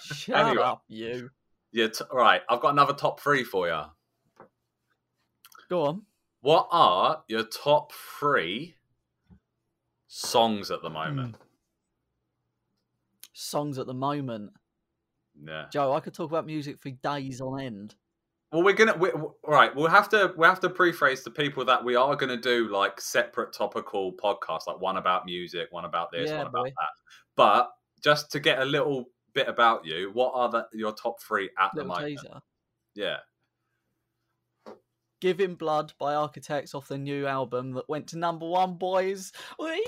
[SPEAKER 1] Shut
[SPEAKER 2] Anyway.
[SPEAKER 1] up, you.
[SPEAKER 2] Yeah, t- right. I've got another top three for you.
[SPEAKER 1] Go on.
[SPEAKER 2] What are your top three songs at the moment?
[SPEAKER 1] Songs at the moment.
[SPEAKER 2] Yeah.
[SPEAKER 1] Joe, I could talk about music for days on end.
[SPEAKER 2] Well, we're gonna we, we- all right. We'll have to we will have to preface the people that we are gonna do like separate topical podcasts, like one about music, one about this,
[SPEAKER 1] Yeah,
[SPEAKER 2] one about
[SPEAKER 1] boy.
[SPEAKER 2] that. But just to get a little bit about you, what are the, your top three at the
[SPEAKER 1] Little
[SPEAKER 2] moment?
[SPEAKER 1] teaser.
[SPEAKER 2] Yeah,
[SPEAKER 1] Giving Blood by Architects off their new album that went to number one, boys. Whee!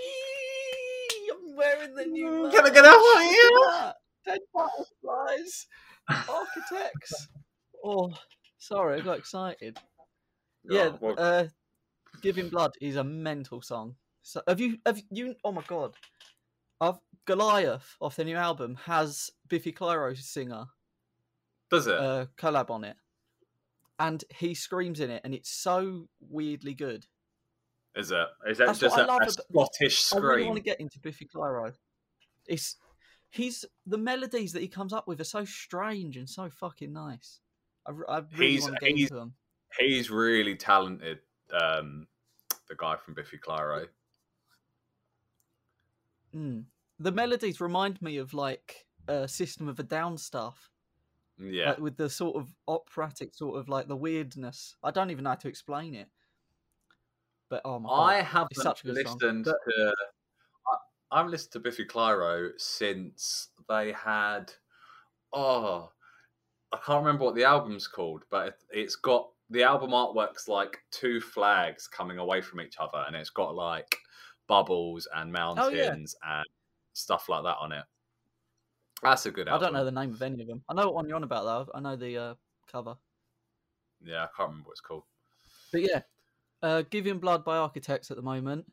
[SPEAKER 1] I'm wearing the new.
[SPEAKER 2] Mm,
[SPEAKER 1] merch.
[SPEAKER 2] can I get out of here?
[SPEAKER 1] Look at that. Dead butterflies. Architects. oh, sorry, I got excited. yeah,
[SPEAKER 2] Oh, well,
[SPEAKER 1] uh, Giving Blood is a mental song. So have you have you oh my god. I've Goliath off the new album has Biffy Clyro's singer
[SPEAKER 2] does it?
[SPEAKER 1] uh, collab on it. And he screams in it and it's so weirdly good.
[SPEAKER 2] Is it? Is that
[SPEAKER 1] that's
[SPEAKER 2] just
[SPEAKER 1] what I
[SPEAKER 2] a,
[SPEAKER 1] love
[SPEAKER 2] a
[SPEAKER 1] ab-
[SPEAKER 2] Scottish
[SPEAKER 1] I really
[SPEAKER 2] scream?
[SPEAKER 1] want to get into Biffy Clyro. It's he's the melodies that he comes up with are so strange and so fucking nice. I, r- I really
[SPEAKER 2] He's-
[SPEAKER 1] want to get
[SPEAKER 2] he's-
[SPEAKER 1] into them.
[SPEAKER 2] He's really talented. Um, the guy from Biffy Clyro.
[SPEAKER 1] Mm. The melodies remind me of like uh, System of a Down stuff,
[SPEAKER 2] Yeah,
[SPEAKER 1] like, with the sort of operatic, sort of like the weirdness. I don't even know how to explain it. But oh my god,
[SPEAKER 2] I haven't
[SPEAKER 1] it's such a good song.
[SPEAKER 2] listened
[SPEAKER 1] But-
[SPEAKER 2] to. I, I've listened to Biffy Clyro since they had. Oh, I can't remember what the album's called, but it, it's got the album artwork's like two flags coming away from each other, and it's got like bubbles and
[SPEAKER 1] Oh,
[SPEAKER 2] mountains and stuff like that on it. That's a good
[SPEAKER 1] I
[SPEAKER 2] album.
[SPEAKER 1] don't know the name of any of them. I know what one you're on about though. I know the uh, cover.
[SPEAKER 2] Yeah, I can't remember what it's called.
[SPEAKER 1] But yeah, uh, Giving Blood by Architects at the moment.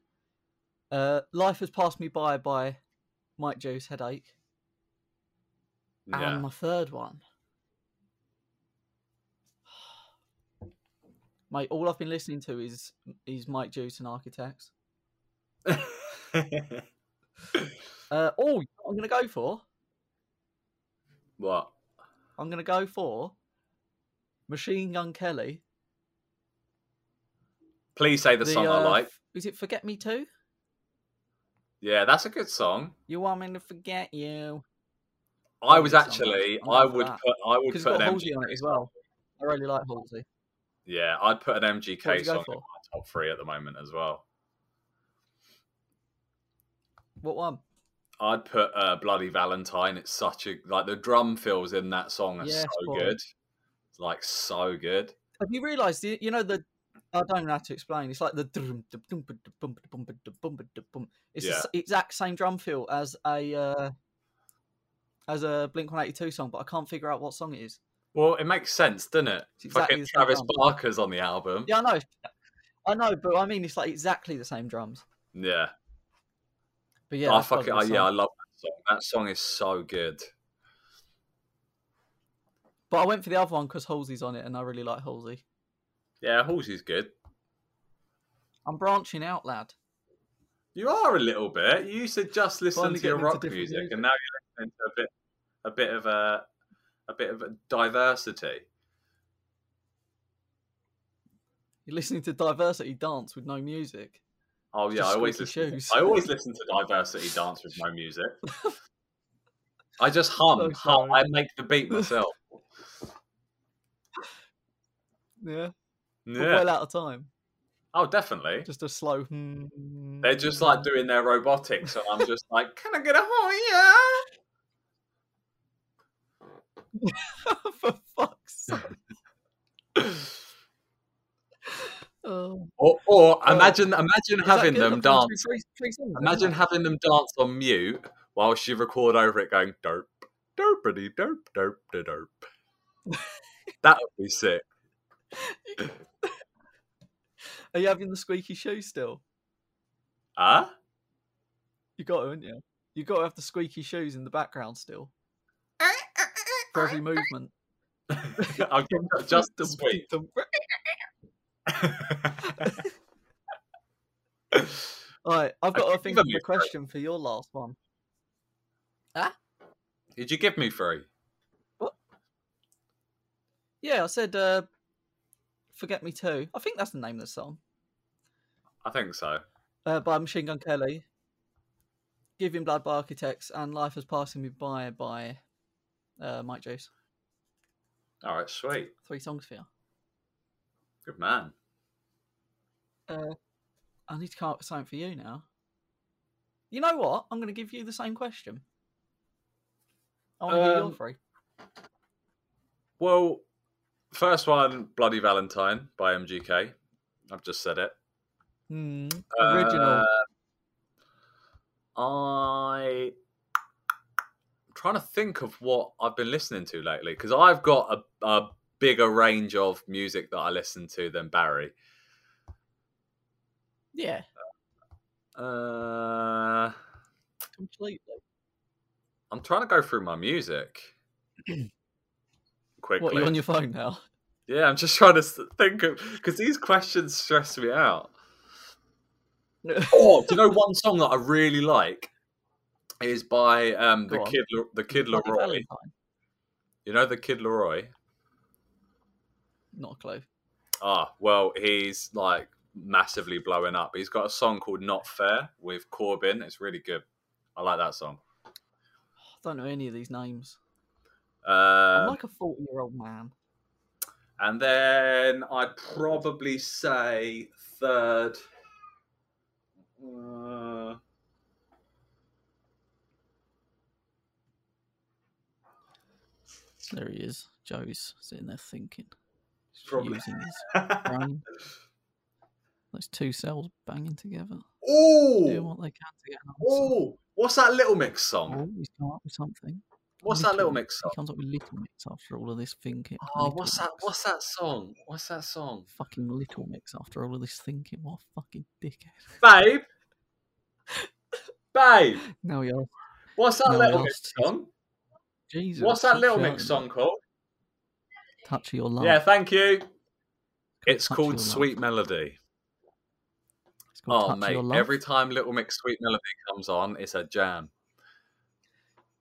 [SPEAKER 1] Uh, Life Has Passed Me By by Mike Joe's Headache.
[SPEAKER 2] Yeah.
[SPEAKER 1] And my third one. Mate, all I've been listening to is is Mike Juice and Architects. Uh, oh, you know what I'm gonna go for.
[SPEAKER 2] what?
[SPEAKER 1] I'm gonna go for Machine Gun Kelly.
[SPEAKER 2] Please say the, song I
[SPEAKER 1] uh,
[SPEAKER 2] like.
[SPEAKER 1] f- Is it Forget Me Too?
[SPEAKER 2] Yeah, that's a good song.
[SPEAKER 1] You want me to forget you?
[SPEAKER 2] I
[SPEAKER 1] Love
[SPEAKER 2] was
[SPEAKER 1] this song, man.
[SPEAKER 2] actually,
[SPEAKER 1] I'm
[SPEAKER 2] I
[SPEAKER 1] down for
[SPEAKER 2] would
[SPEAKER 1] that.
[SPEAKER 2] put, I would
[SPEAKER 1] Because it's got
[SPEAKER 2] put an
[SPEAKER 1] Halsey on
[SPEAKER 2] MGK.
[SPEAKER 1] it as well. I really like Halsey.
[SPEAKER 2] Yeah, I'd put an
[SPEAKER 1] What would
[SPEAKER 2] MGK
[SPEAKER 1] you go
[SPEAKER 2] song in
[SPEAKER 1] for?
[SPEAKER 2] my top three at the moment as well.
[SPEAKER 1] What one?
[SPEAKER 2] I'd put uh, Bloody Valentine. It's such a like the drum fills in that song are
[SPEAKER 1] Yes,
[SPEAKER 2] so
[SPEAKER 1] boy.
[SPEAKER 2] good. It's like so good.
[SPEAKER 1] Have you realised? You you know the. I don't know how to explain. It's like the. drum, da bum, ba da bum, ba da bum, ba da bum, ba da bum. It's the
[SPEAKER 2] Yeah.
[SPEAKER 1] s- exact same drum feel as a uh, as a Blink One Eighty Two song, but I can't figure out what song it is.
[SPEAKER 2] Well, it makes sense, doesn't it?
[SPEAKER 1] It's exactly
[SPEAKER 2] Fucking
[SPEAKER 1] the same
[SPEAKER 2] Travis
[SPEAKER 1] drum.
[SPEAKER 2] Barker's on the album.
[SPEAKER 1] Yeah, I know, I know, but I mean, it's like exactly the same drums.
[SPEAKER 2] Yeah.
[SPEAKER 1] But yeah,
[SPEAKER 2] oh,
[SPEAKER 1] that's
[SPEAKER 2] fuck
[SPEAKER 1] probably
[SPEAKER 2] it.
[SPEAKER 1] the
[SPEAKER 2] Oh, yeah, I
[SPEAKER 1] song.
[SPEAKER 2] love that song. That song is so good.
[SPEAKER 1] But I went for the other one because Halsey's on it, and I really like Halsey.
[SPEAKER 2] Yeah, Halsey's good.
[SPEAKER 1] I'm branching out, lad.
[SPEAKER 2] You are a little bit. You used to just listen
[SPEAKER 1] Finally
[SPEAKER 2] to your
[SPEAKER 1] getting into
[SPEAKER 2] rock
[SPEAKER 1] different
[SPEAKER 2] music,
[SPEAKER 1] music.
[SPEAKER 2] and now you're listening to a bit, a bit of a, a bit of a diversity.
[SPEAKER 1] You're listening to Diversity Dance with no music.
[SPEAKER 2] Oh yeah,
[SPEAKER 1] Just
[SPEAKER 2] I always
[SPEAKER 1] squeaky
[SPEAKER 2] listen.
[SPEAKER 1] shoes.
[SPEAKER 2] I always listen to Diversity Dance with no music. I just hum,
[SPEAKER 1] So
[SPEAKER 2] hum.
[SPEAKER 1] sorry.
[SPEAKER 2] I make the beat myself.
[SPEAKER 1] Yeah. We're
[SPEAKER 2] Yeah.
[SPEAKER 1] well out of time.
[SPEAKER 2] Oh, definitely.
[SPEAKER 1] Just a slow. hmm.
[SPEAKER 2] They're just like doing their robotics, and I'm just like, can I get a oh
[SPEAKER 1] For fuck's sake. Oh.
[SPEAKER 2] Or, or imagine, imagine
[SPEAKER 1] Is that
[SPEAKER 2] having
[SPEAKER 1] good?
[SPEAKER 2] them
[SPEAKER 1] I've gone
[SPEAKER 2] dance.
[SPEAKER 1] through three- three songs, haven't
[SPEAKER 2] Imagine
[SPEAKER 1] I?
[SPEAKER 2] having them dance on mute while she record over it, going derp, derpity derp, derp, da derp. that would be sick.
[SPEAKER 1] Are you having the squeaky shoe still?
[SPEAKER 2] Huh?
[SPEAKER 1] You got to, haven't you? You got to have the squeaky shoes in the background still for every movement.
[SPEAKER 2] I'll give it just the sweet.
[SPEAKER 1] Dum, dum. All right, I've got
[SPEAKER 2] Okay,
[SPEAKER 1] to think
[SPEAKER 2] give
[SPEAKER 1] of
[SPEAKER 2] me
[SPEAKER 1] a
[SPEAKER 2] a break.
[SPEAKER 1] question for your last one.
[SPEAKER 2] Did you give me three?
[SPEAKER 1] Yeah, I said, uh, "Forget Me Too." I think that's the name of the song
[SPEAKER 2] I think so.
[SPEAKER 1] uh, by Machine Gun Kelly. Giving Blood by Architects and Life Is Passing Me By by uh, Mike Juice.
[SPEAKER 2] All right, sweet.
[SPEAKER 1] Three songs for you.
[SPEAKER 2] Good man.
[SPEAKER 1] I need to come up with something for you now. You know what? I'm going to give you the same question. I want to hear your
[SPEAKER 2] Um,
[SPEAKER 1] three.
[SPEAKER 2] Well, first one, Bloody Valentine by MGK. I've just said it.
[SPEAKER 1] Hmm. Original.
[SPEAKER 2] Uh, I. I'm trying to think of what I've been listening to lately because I've got a, a bigger range of music that I listen to than Barry.
[SPEAKER 1] Yeah,
[SPEAKER 2] Uh,
[SPEAKER 1] completely.
[SPEAKER 2] I'm trying to go through my music quickly.
[SPEAKER 1] What, are you on your phone now?
[SPEAKER 2] Yeah, I'm just trying to s- think of because these questions stress me out. Oh, do you know one song that I really like is by um, the
[SPEAKER 1] Go on.
[SPEAKER 2] kid La- the kid
[SPEAKER 1] Bloody
[SPEAKER 2] Leroy.
[SPEAKER 1] Valentine.
[SPEAKER 2] You know the kid Leroy.
[SPEAKER 1] Not a clue.
[SPEAKER 2] Ah, well, he's like massively blowing up. He's got a song called "Not Fair" with Corbin. It's really good. I like that song.
[SPEAKER 1] I don't know any of these names. I'm
[SPEAKER 2] Um,
[SPEAKER 1] like a 40 year old man.
[SPEAKER 2] and then I'd probably say third. Uh,
[SPEAKER 1] There he is. Joe's sitting there thinking,
[SPEAKER 2] probably.
[SPEAKER 1] using his brain. Those two cells banging together, doing
[SPEAKER 2] oh,
[SPEAKER 1] what they can to get an answer.
[SPEAKER 2] oh, what's that Little Mix
[SPEAKER 1] Oh,
[SPEAKER 2] song?
[SPEAKER 1] he's come up with something.
[SPEAKER 2] What's that Little
[SPEAKER 1] Little-
[SPEAKER 2] Mix song?
[SPEAKER 1] He comes up with little mix after all of this thinking.
[SPEAKER 2] Oh,
[SPEAKER 1] Little
[SPEAKER 2] what's that?
[SPEAKER 1] Mix.
[SPEAKER 2] What's that song? What's that song?
[SPEAKER 1] fucking little mix after all of this thinking? What a fucking dickhead.
[SPEAKER 2] Babe, babe,
[SPEAKER 1] Now he asked,
[SPEAKER 2] what's that
[SPEAKER 1] No, I
[SPEAKER 2] Little Mix
[SPEAKER 1] asked-
[SPEAKER 2] song?
[SPEAKER 1] Jesus.
[SPEAKER 2] What's that
[SPEAKER 1] keep
[SPEAKER 2] Little Mix
[SPEAKER 1] shouting.
[SPEAKER 2] song called?
[SPEAKER 1] Touch of your love.
[SPEAKER 2] Yeah, thank you. It's
[SPEAKER 1] Touch of
[SPEAKER 2] called
[SPEAKER 1] Your Love.
[SPEAKER 2] Sweet Melody.
[SPEAKER 1] It's called
[SPEAKER 2] Oh,
[SPEAKER 1] Touch of
[SPEAKER 2] mate,
[SPEAKER 1] Your Love.
[SPEAKER 2] every time Little Mix Sweet Melody comes on, it's a jam.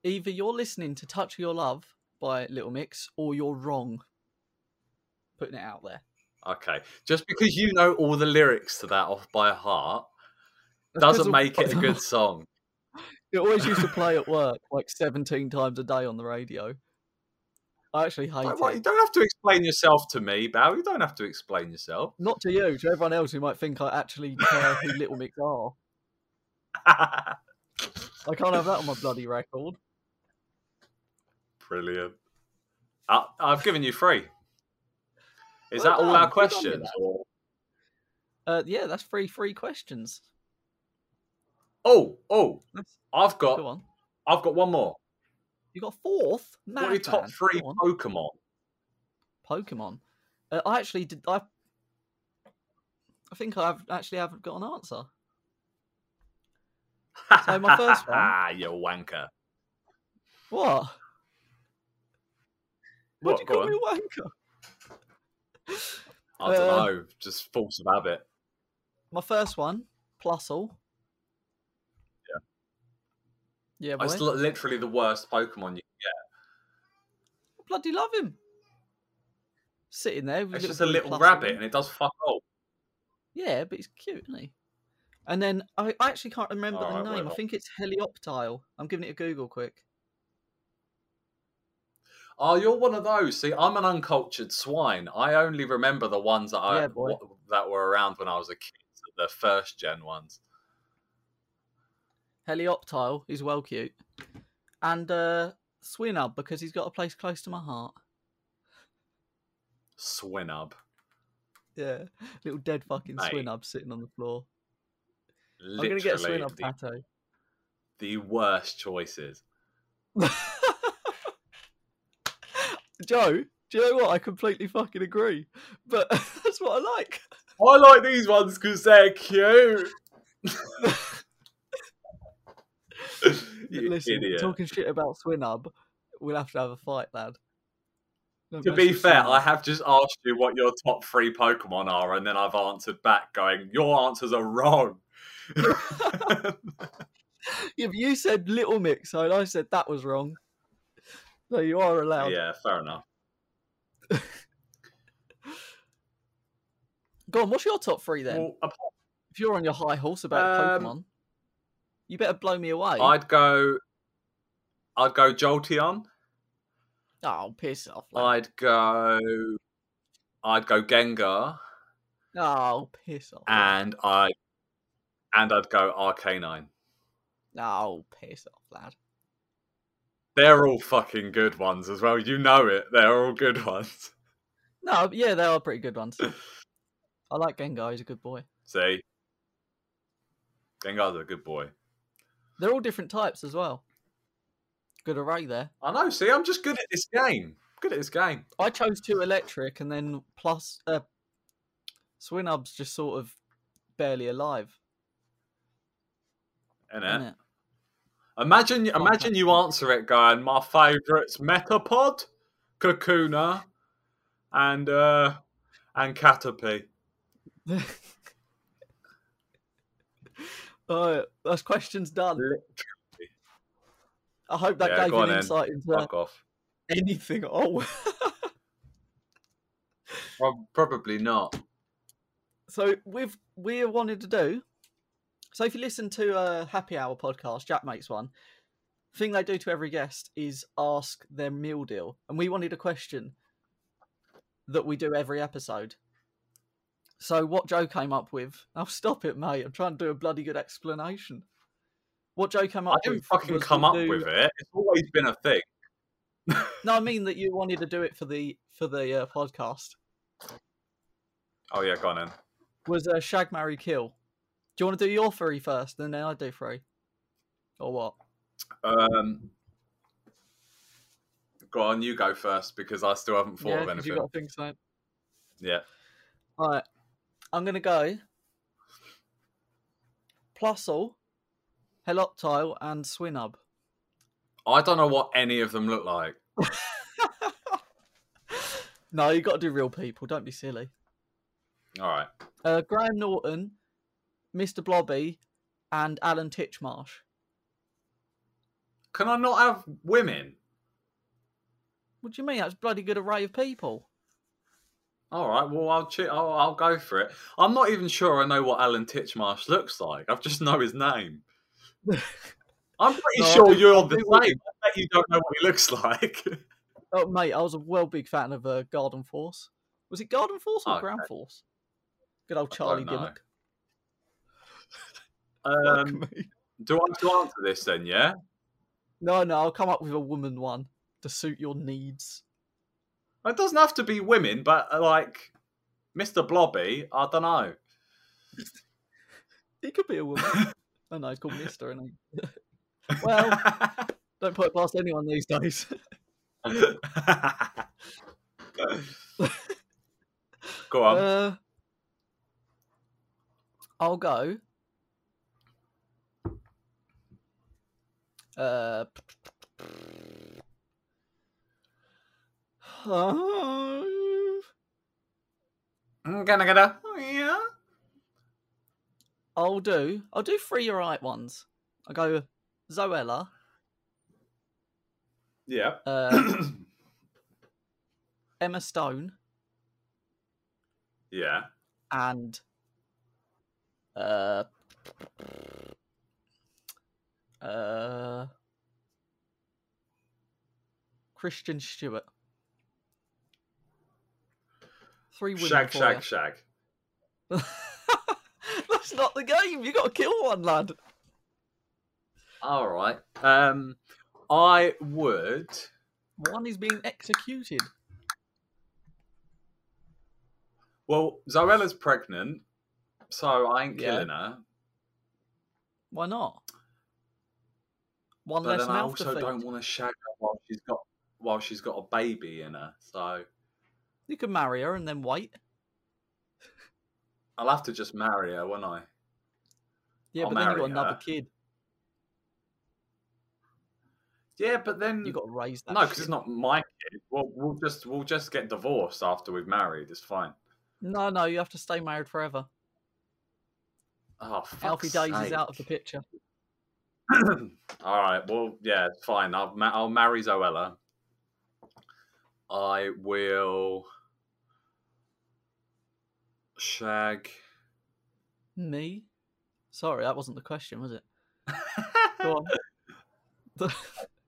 [SPEAKER 1] Either you're listening to Touch of Your Love by Little Mix or you're wrong. Putting it out there.
[SPEAKER 2] Okay, just because you know all the lyrics to that off by heart
[SPEAKER 1] That's 'cause of-
[SPEAKER 2] doesn't make it a good song.
[SPEAKER 1] It always used to play at work like 17 times a day on the radio. I actually hate
[SPEAKER 2] Like, what, you
[SPEAKER 1] it.
[SPEAKER 2] don't have to explain yourself to me, Bow. You don't have to explain yourself.
[SPEAKER 1] Not to you, to everyone else who might think I actually care who Little Mix are. I can't have that on my bloody record.
[SPEAKER 2] Brilliant. I, I've given you three.
[SPEAKER 1] Well
[SPEAKER 2] Is that all
[SPEAKER 1] done. Good on
[SPEAKER 2] our
[SPEAKER 1] you,
[SPEAKER 2] questions?
[SPEAKER 1] lad. Uh, yeah, that's three free questions.
[SPEAKER 2] Oh, oh,
[SPEAKER 1] That's-
[SPEAKER 2] I've
[SPEAKER 1] Go
[SPEAKER 2] got,
[SPEAKER 1] on.
[SPEAKER 2] I've got one more.
[SPEAKER 1] You got fourth? Mad
[SPEAKER 2] what are your top
[SPEAKER 1] man.
[SPEAKER 2] three
[SPEAKER 1] Go on.
[SPEAKER 2] Pokemon?
[SPEAKER 1] Pokemon. Uh, I actually did. I I think I've actually haven't got an answer. So my first one-
[SPEAKER 2] you wanker.
[SPEAKER 1] What? What,
[SPEAKER 2] What,
[SPEAKER 1] do you
[SPEAKER 2] go
[SPEAKER 1] call
[SPEAKER 2] on.
[SPEAKER 1] me a wanker?
[SPEAKER 2] I don't
[SPEAKER 1] Uh,
[SPEAKER 2] know. Just force of habit.
[SPEAKER 1] My first one, Plusle. Yeah. Yeah, boy.
[SPEAKER 2] It's li- literally the worst Pokemon you can
[SPEAKER 1] bloody love him. Sitting there. with
[SPEAKER 2] get.
[SPEAKER 1] little
[SPEAKER 2] It's just a
[SPEAKER 1] blue
[SPEAKER 2] little
[SPEAKER 1] Plusle.
[SPEAKER 2] rabbit and it does fuck all.
[SPEAKER 1] Yeah, but he's cute, isn't he? And then I, I actually can't remember
[SPEAKER 2] Alright,
[SPEAKER 1] the name.
[SPEAKER 2] whatever.
[SPEAKER 1] I think it's Helioptile. I'm giving it a Google quick.
[SPEAKER 2] Oh, you're one of those. See, I'm an uncultured swine. I only remember the ones that I
[SPEAKER 1] Yeah, boy.
[SPEAKER 2] w- that were around when I was a kid, so the first gen ones.
[SPEAKER 1] Helioptile is well cute. And uh Swinub because he's got a place close to my heart.
[SPEAKER 2] Swinub,
[SPEAKER 1] Yeah. Little dead fucking
[SPEAKER 2] Mate.
[SPEAKER 1] Swinub sitting on the floor.
[SPEAKER 2] literally
[SPEAKER 1] I'm gonna get a Swinub
[SPEAKER 2] the,
[SPEAKER 1] tattoo.
[SPEAKER 2] the worst choices.
[SPEAKER 1] Joe, do you know what? I completely fucking agree. But that's what I like.
[SPEAKER 2] I like these ones because they're cute. you
[SPEAKER 1] Listen,
[SPEAKER 2] idiot.
[SPEAKER 1] talking shit about Swinub, we'll have to have a fight, lad. No
[SPEAKER 2] To
[SPEAKER 1] mess
[SPEAKER 2] be
[SPEAKER 1] with
[SPEAKER 2] fair,
[SPEAKER 1] Swinub.
[SPEAKER 2] I have just asked you what your top three Pokemon are, and then I've answered back, going, "Your answers are wrong."
[SPEAKER 1] If you said Little Mix, and I said that was wrong. So you are allowed.
[SPEAKER 2] Yeah, fair enough.
[SPEAKER 1] Go on, what's your top three then?
[SPEAKER 2] Well, apart
[SPEAKER 1] if you're on your high horse about
[SPEAKER 2] Um,
[SPEAKER 1] Pokemon, you better blow me away.
[SPEAKER 2] I'd go. I'd go Jolteon.
[SPEAKER 1] Oh, piss off! Lad.
[SPEAKER 2] I'd go. I'd go Gengar,
[SPEAKER 1] Oh, piss off! lad.
[SPEAKER 2] and I, and I'd go Arcanine.
[SPEAKER 1] Oh, piss off, lad!
[SPEAKER 2] They're all fucking good ones as well. You know it. They're all good ones.
[SPEAKER 1] No, yeah, they are pretty good ones. I like Gengar; he's a good boy.
[SPEAKER 2] See, Gengar's a good boy.
[SPEAKER 1] They're all different types as well. Good array there.
[SPEAKER 2] I know. See, I'm just good at this game. Good at this game.
[SPEAKER 1] I chose two electric, and then plus uh, Swinub's just sort of barely alive.
[SPEAKER 2] Innit?
[SPEAKER 1] innit?
[SPEAKER 2] Imagine, imagine you answer it going, my favourites Metapod, Kakuna, and uh, and Caterpie.
[SPEAKER 1] Alright, that's questions done. I hope that
[SPEAKER 2] Yeah,
[SPEAKER 1] gave
[SPEAKER 2] go
[SPEAKER 1] you
[SPEAKER 2] on
[SPEAKER 1] an
[SPEAKER 2] then.
[SPEAKER 1] insight into
[SPEAKER 2] Fuck off.
[SPEAKER 1] anything Oh, at all.
[SPEAKER 2] Prob- Probably not.
[SPEAKER 1] so we've we wanted to do. So if you listen to a happy hour podcast, Jack makes one. Thing they do to every guest is ask their meal deal, and we wanted a question that we do every episode. So what Joe came up with? Oh, stop it, mate! I'm trying to do a bloody good explanation. What Joe came up
[SPEAKER 2] I didn't
[SPEAKER 1] with
[SPEAKER 2] fucking
[SPEAKER 1] was
[SPEAKER 2] come
[SPEAKER 1] we
[SPEAKER 2] up
[SPEAKER 1] do-
[SPEAKER 2] with it. It's always been a thing.
[SPEAKER 1] No, I mean that you wanted to do it for the for the uh, podcast.
[SPEAKER 2] Oh yeah, go on then.
[SPEAKER 1] was uh, Shag Marry Kill. Do you want to do your three first, and then I do three, or what?
[SPEAKER 2] Um, go on, you go first because I still haven't thought
[SPEAKER 1] yeah,
[SPEAKER 2] of
[SPEAKER 1] 'cause
[SPEAKER 2] anything.
[SPEAKER 1] you got to think so.
[SPEAKER 2] Yeah.
[SPEAKER 1] All right, I'm gonna go. Plusle, Heloptile, and Swinub.
[SPEAKER 2] I don't know what any of them look like.
[SPEAKER 1] No, you got to do real people. Don't be silly.
[SPEAKER 2] All right.
[SPEAKER 1] Uh, Graham Norton, Mr. Blobby, and Alan Titchmarsh.
[SPEAKER 2] Can I not have women?
[SPEAKER 1] What do you mean? That's a bloody good array of people.
[SPEAKER 2] All right, well, I'll, che- I'll I'll go for it. I'm not even sure I know what Alan Titchmarsh looks like. I've just know his name. I'm pretty
[SPEAKER 1] No, I do-
[SPEAKER 2] sure you're the
[SPEAKER 1] do what
[SPEAKER 2] same. I bet you don't know what he looks like.
[SPEAKER 1] Oh, mate, I was a well big fan of uh, Garden Force. Was it Garden Force or
[SPEAKER 2] Oh, Okay.
[SPEAKER 1] Ground Force? Good old
[SPEAKER 2] I don't
[SPEAKER 1] Charlie
[SPEAKER 2] know.
[SPEAKER 1] Dimmock. Fuck
[SPEAKER 2] um,
[SPEAKER 1] me.
[SPEAKER 2] do I have to answer this then? Yeah.
[SPEAKER 1] No, no, I'll come up with a woman one to suit your needs.
[SPEAKER 2] It doesn't have to be women, but uh, like Mr. Blobby, I don't know.
[SPEAKER 1] He could be a woman. oh no, he's called Mister, and well, don't put it past anyone these days.
[SPEAKER 2] go on.
[SPEAKER 1] uh, I'll go. Uh,
[SPEAKER 2] I'm gonna get a. Oh, yeah.
[SPEAKER 1] I'll do. I'll do three alright ones. I'll go Zoella,
[SPEAKER 2] Yeah.
[SPEAKER 1] uh, Emma Stone,
[SPEAKER 2] yeah.
[SPEAKER 1] and Uh, uh, Christian Stewart. Three women.
[SPEAKER 2] Shag,
[SPEAKER 1] for
[SPEAKER 2] shag, shag.
[SPEAKER 1] ya. That's not the game. You got to kill one, lad.
[SPEAKER 2] All right. Um, I would.
[SPEAKER 1] One is being executed.
[SPEAKER 2] Well, Zoella's pregnant, so I ain't
[SPEAKER 1] Yeah.
[SPEAKER 2] killing her.
[SPEAKER 1] Why not? One
[SPEAKER 2] But
[SPEAKER 1] less
[SPEAKER 2] then I
[SPEAKER 1] mouth
[SPEAKER 2] also
[SPEAKER 1] to feed.
[SPEAKER 2] don't want to shag her while she's got while she's got a baby in her. So
[SPEAKER 1] You could marry her and then wait.
[SPEAKER 2] I'll have to just marry her, won't I?
[SPEAKER 1] Yeah,
[SPEAKER 2] I'll
[SPEAKER 1] but then you got
[SPEAKER 2] marry
[SPEAKER 1] another
[SPEAKER 2] her.
[SPEAKER 1] kid.
[SPEAKER 2] Yeah, but then
[SPEAKER 1] You got to raise that.
[SPEAKER 2] no, because
[SPEAKER 1] shit.
[SPEAKER 2] it's not my kid. We'll, we'll just we'll just get divorced after we've married. It's fine.
[SPEAKER 1] No, no, you have to stay married forever.
[SPEAKER 2] Oh, fuck's
[SPEAKER 1] Alfie Days is
[SPEAKER 2] sake.
[SPEAKER 1] out of the picture.
[SPEAKER 2] All right. Well, yeah, it's fine. I'll ma- I'll marry Zoella. I will shag.
[SPEAKER 1] Me? Sorry, that wasn't the question, was it? Go on.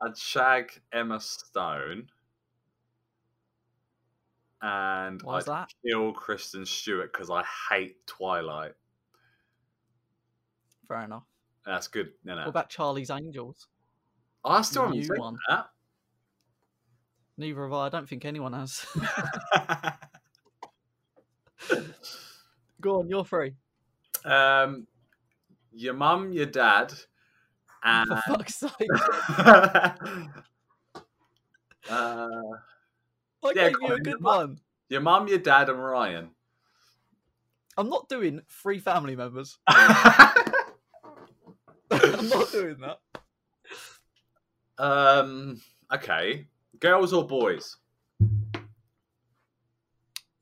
[SPEAKER 2] I'd shag Emma Stone. And
[SPEAKER 1] Why's
[SPEAKER 2] I'd
[SPEAKER 1] that?
[SPEAKER 2] kill Kristen Stewart because I hate Twilight.
[SPEAKER 1] Fair enough.
[SPEAKER 2] That's good. No, no.
[SPEAKER 1] What about Charlie's Angels?
[SPEAKER 2] I still haven't
[SPEAKER 1] New
[SPEAKER 2] seen
[SPEAKER 1] one.
[SPEAKER 2] that.
[SPEAKER 1] Neither have I. I don't think anyone has. Go on, you're free.
[SPEAKER 2] um, your mum, your dad, and
[SPEAKER 1] For fuck's sake.
[SPEAKER 2] uh,
[SPEAKER 1] I
[SPEAKER 2] Yeah,
[SPEAKER 1] gave
[SPEAKER 2] go
[SPEAKER 1] you a
[SPEAKER 2] on,
[SPEAKER 1] good
[SPEAKER 2] you're right.
[SPEAKER 1] one.
[SPEAKER 2] your mum, your dad, and Ryan.
[SPEAKER 1] I'm not doing three family members. I'm not doing that.
[SPEAKER 2] um, okay, girls or boys?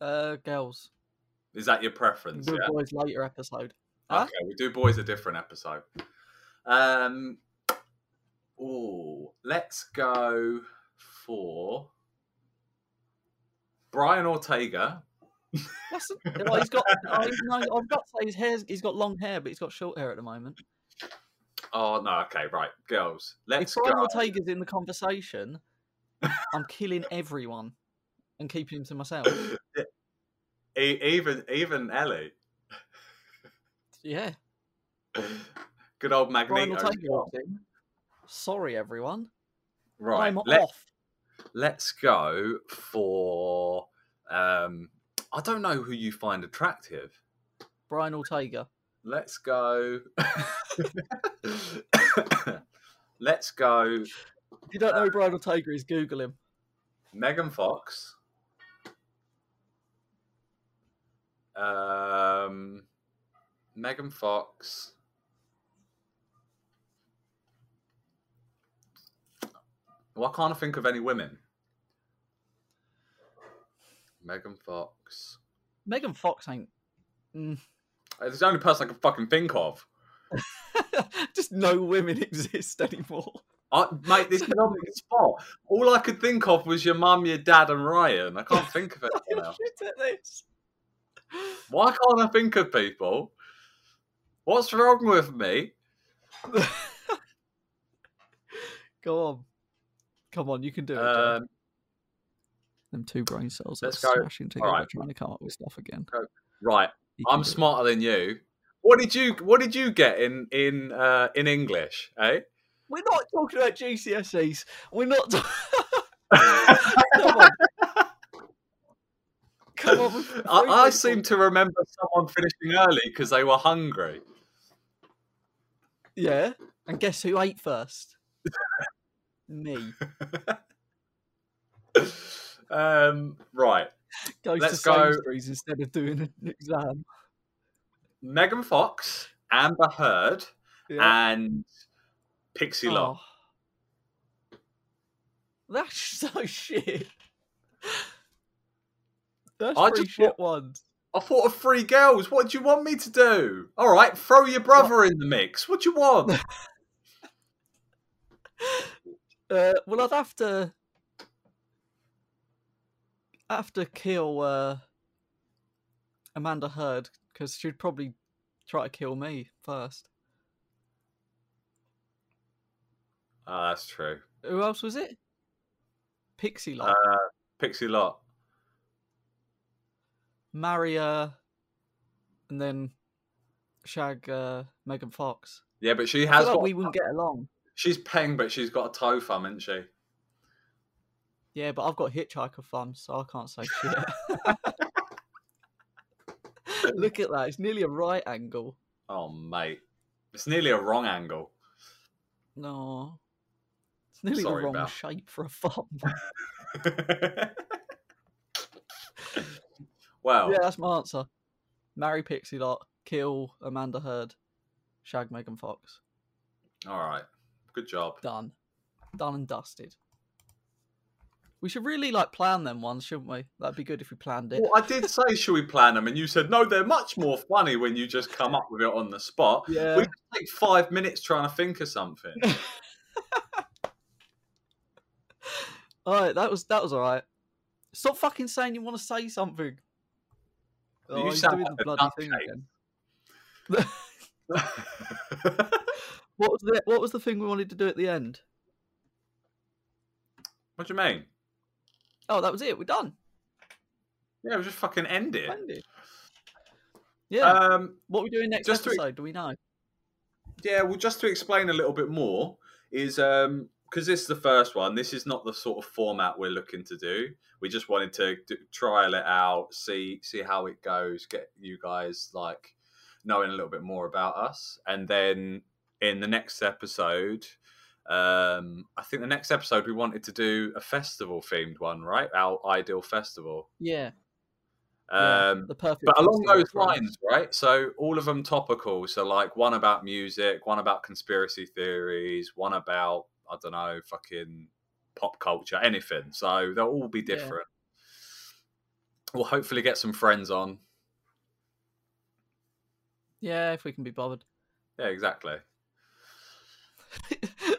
[SPEAKER 1] Uh, girls.
[SPEAKER 2] Is that your
[SPEAKER 1] Good
[SPEAKER 2] preference? Yeah.
[SPEAKER 1] boys later episode. Huh?
[SPEAKER 2] Okay, we do boys a different episode. Um, oh, let's go for Brian Ortega.
[SPEAKER 1] That's well, he's got. I, no, I've got to say his hair's. He's got long hair, but he's got short hair at the moment.
[SPEAKER 2] Oh no, okay, right, girls. Let's
[SPEAKER 1] if Brian
[SPEAKER 2] go.
[SPEAKER 1] Ortega's in the conversation, I'm killing everyone and keeping him to myself.
[SPEAKER 2] E- even even Ellie,
[SPEAKER 1] Yeah,
[SPEAKER 2] good old
[SPEAKER 1] Brian
[SPEAKER 2] Magneto.
[SPEAKER 1] Ortega. walks in. Sorry, everyone.
[SPEAKER 2] Right,
[SPEAKER 1] I'm
[SPEAKER 2] let-
[SPEAKER 1] off.
[SPEAKER 2] let's go for. Um, I don't know who you find attractive.
[SPEAKER 1] Brian Ortega.
[SPEAKER 2] Let's go. let's go.
[SPEAKER 1] If you don't know who Brian Ortega is, Google him.
[SPEAKER 2] Megan Fox. Um, Megan Fox. Well, I can't think of any women. Megan Fox. Uh,
[SPEAKER 1] Megan Fox ain't. Mm.
[SPEAKER 2] It's the only person I can fucking think of.
[SPEAKER 1] Just no women exist anymore.
[SPEAKER 2] I, mate, this is on the spot. All I could think of was your mum, your dad, and Ryan. I can't think of
[SPEAKER 1] You're
[SPEAKER 2] anyone else.
[SPEAKER 1] shit at this.
[SPEAKER 2] Why can't I think of people? What's wrong with me?
[SPEAKER 1] Go on. Come on, you can do it. Joe.
[SPEAKER 2] Um,
[SPEAKER 1] Them two brain cells
[SPEAKER 2] Let's
[SPEAKER 1] that's
[SPEAKER 2] go.
[SPEAKER 1] smashing together
[SPEAKER 2] right.
[SPEAKER 1] trying to come up with stuff again.
[SPEAKER 2] right,
[SPEAKER 1] You can
[SPEAKER 2] I'm
[SPEAKER 1] do it.
[SPEAKER 2] smarter than you. What did you What did you get in in uh, in English? Eh?
[SPEAKER 1] We're not talking about GCSEs. We're not. ta- come on. Come on.
[SPEAKER 2] I, I seem to remember someone finishing early because they were hungry.
[SPEAKER 1] Yeah. And guess who ate first? Me.
[SPEAKER 2] um, right,
[SPEAKER 1] Goes
[SPEAKER 2] Let's
[SPEAKER 1] to
[SPEAKER 2] go.
[SPEAKER 1] Sainsbury's instead of doing an exam.
[SPEAKER 2] Megan Fox, Amber Heard,
[SPEAKER 1] Yeah.
[SPEAKER 2] and Pixie Lott.
[SPEAKER 1] Oh. Ah. That's so shit. That's
[SPEAKER 2] I
[SPEAKER 1] pretty
[SPEAKER 2] just
[SPEAKER 1] shit ones.
[SPEAKER 2] I thought of three girls. What do you want me to do? All right, throw your brother in the mix. What do you want?
[SPEAKER 1] Uh, well, I'd have to have to kill uh, Amanda Heard because she'd probably try to kill me first.
[SPEAKER 2] Ah, that's true.
[SPEAKER 1] Who else was it? Pixie
[SPEAKER 2] Uh,
[SPEAKER 1] Lot.
[SPEAKER 2] Pixie Lot.
[SPEAKER 1] Maria, and then Shag uh, Megan Fox.
[SPEAKER 2] Yeah, but she
[SPEAKER 1] I
[SPEAKER 2] has
[SPEAKER 1] feel like
[SPEAKER 2] got.
[SPEAKER 1] we wouldn't get along.
[SPEAKER 2] She's Peng, but she's got a toe thumb, isn't she?
[SPEAKER 1] Yeah, but I've got hitchhiker thumbs, so I can't say shit. Look at that. It's nearly a right angle.
[SPEAKER 2] Oh, mate. It's nearly a wrong angle.
[SPEAKER 1] No. It's nearly
[SPEAKER 2] Sorry,
[SPEAKER 1] the wrong
[SPEAKER 2] Val.
[SPEAKER 1] shape for a thumb.
[SPEAKER 2] well,
[SPEAKER 1] Yeah, that's my answer. Marry Pixie Lot, kill Amanda Heard, shag Megan Fox.
[SPEAKER 2] all right. Good job.
[SPEAKER 1] Done. Done and dusted. We should really like plan them ones, shouldn't we? That'd be good if we planned it.
[SPEAKER 2] Well, I did say, should we plan them? And you said, no, they're much more funny when you just come up with it on the spot.
[SPEAKER 1] Yeah.
[SPEAKER 2] We just take five minutes trying to think of something.
[SPEAKER 1] All right, that was that was all right. Stop fucking saying you want to say something. Oh,
[SPEAKER 2] You
[SPEAKER 1] he's
[SPEAKER 2] sound
[SPEAKER 1] doing
[SPEAKER 2] like
[SPEAKER 1] the
[SPEAKER 2] a
[SPEAKER 1] bloody thing
[SPEAKER 2] nutcase.
[SPEAKER 1] again. What was the what was the thing we wanted to do at the end?
[SPEAKER 2] what do you mean?
[SPEAKER 1] Oh, that was it. We're done.
[SPEAKER 2] Yeah, we'll just fucking end it.
[SPEAKER 1] Ended. Yeah.
[SPEAKER 2] Um,
[SPEAKER 1] what are we doing next
[SPEAKER 2] just to-
[SPEAKER 1] episode? Do we know?
[SPEAKER 2] Yeah, well, just to explain a little bit more is um because this is the first one. This is not the sort of format we're looking to do. We just wanted to d- trial it out, see see how it goes, get you guys like knowing a little bit more about us, and then in the next episode. Um, I think the next episode we wanted to do a festival themed one, right? Our ideal festival.
[SPEAKER 1] Yeah. yeah,
[SPEAKER 2] Um,
[SPEAKER 1] the perfect.
[SPEAKER 2] but along
[SPEAKER 1] festival
[SPEAKER 2] those
[SPEAKER 1] for us.
[SPEAKER 2] lines, right? So all of them topical. So like one about music, one about conspiracy theories, one about I don't know, fucking pop culture, anything. So they'll all be
[SPEAKER 1] Yeah.
[SPEAKER 2] different. We'll hopefully get some friends on.
[SPEAKER 1] Yeah, if we can be bothered.
[SPEAKER 2] Yeah, exactly.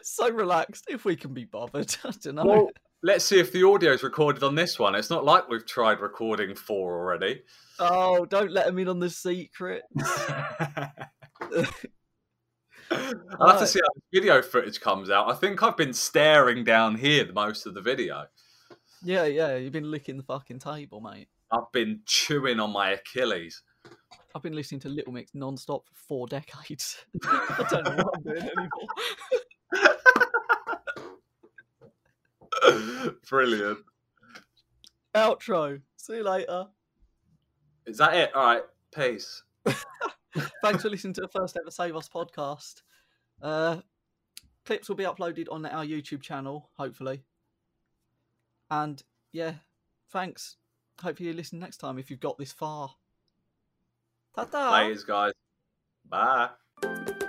[SPEAKER 1] so relaxed. If we can be bothered, I don't know.
[SPEAKER 2] Well, let's see if the audio's recorded on this one. It's not like we've tried recording four already.
[SPEAKER 1] Oh, don't let him in on the secret.
[SPEAKER 2] I'll have to
[SPEAKER 1] Right.
[SPEAKER 2] see how the video footage comes out. I think I've been staring down here most of the video.
[SPEAKER 1] Yeah, yeah, you've been licking the fucking table, mate.
[SPEAKER 2] I've been chewing on my Achilles.
[SPEAKER 1] I've been listening to Little Mix non-stop for four decades. I don't know what I'm doing anymore.
[SPEAKER 2] Brilliant.
[SPEAKER 1] Outro. See you later.
[SPEAKER 2] Is that it? All right. Peace.
[SPEAKER 1] Thanks for listening to the first ever Save Us podcast. Uh, clips will be uploaded on our YouTube channel, hopefully. And yeah, thanks. Hopefully you listen next time if you've got this far. Ta-da!
[SPEAKER 2] Laters, guys. Bye.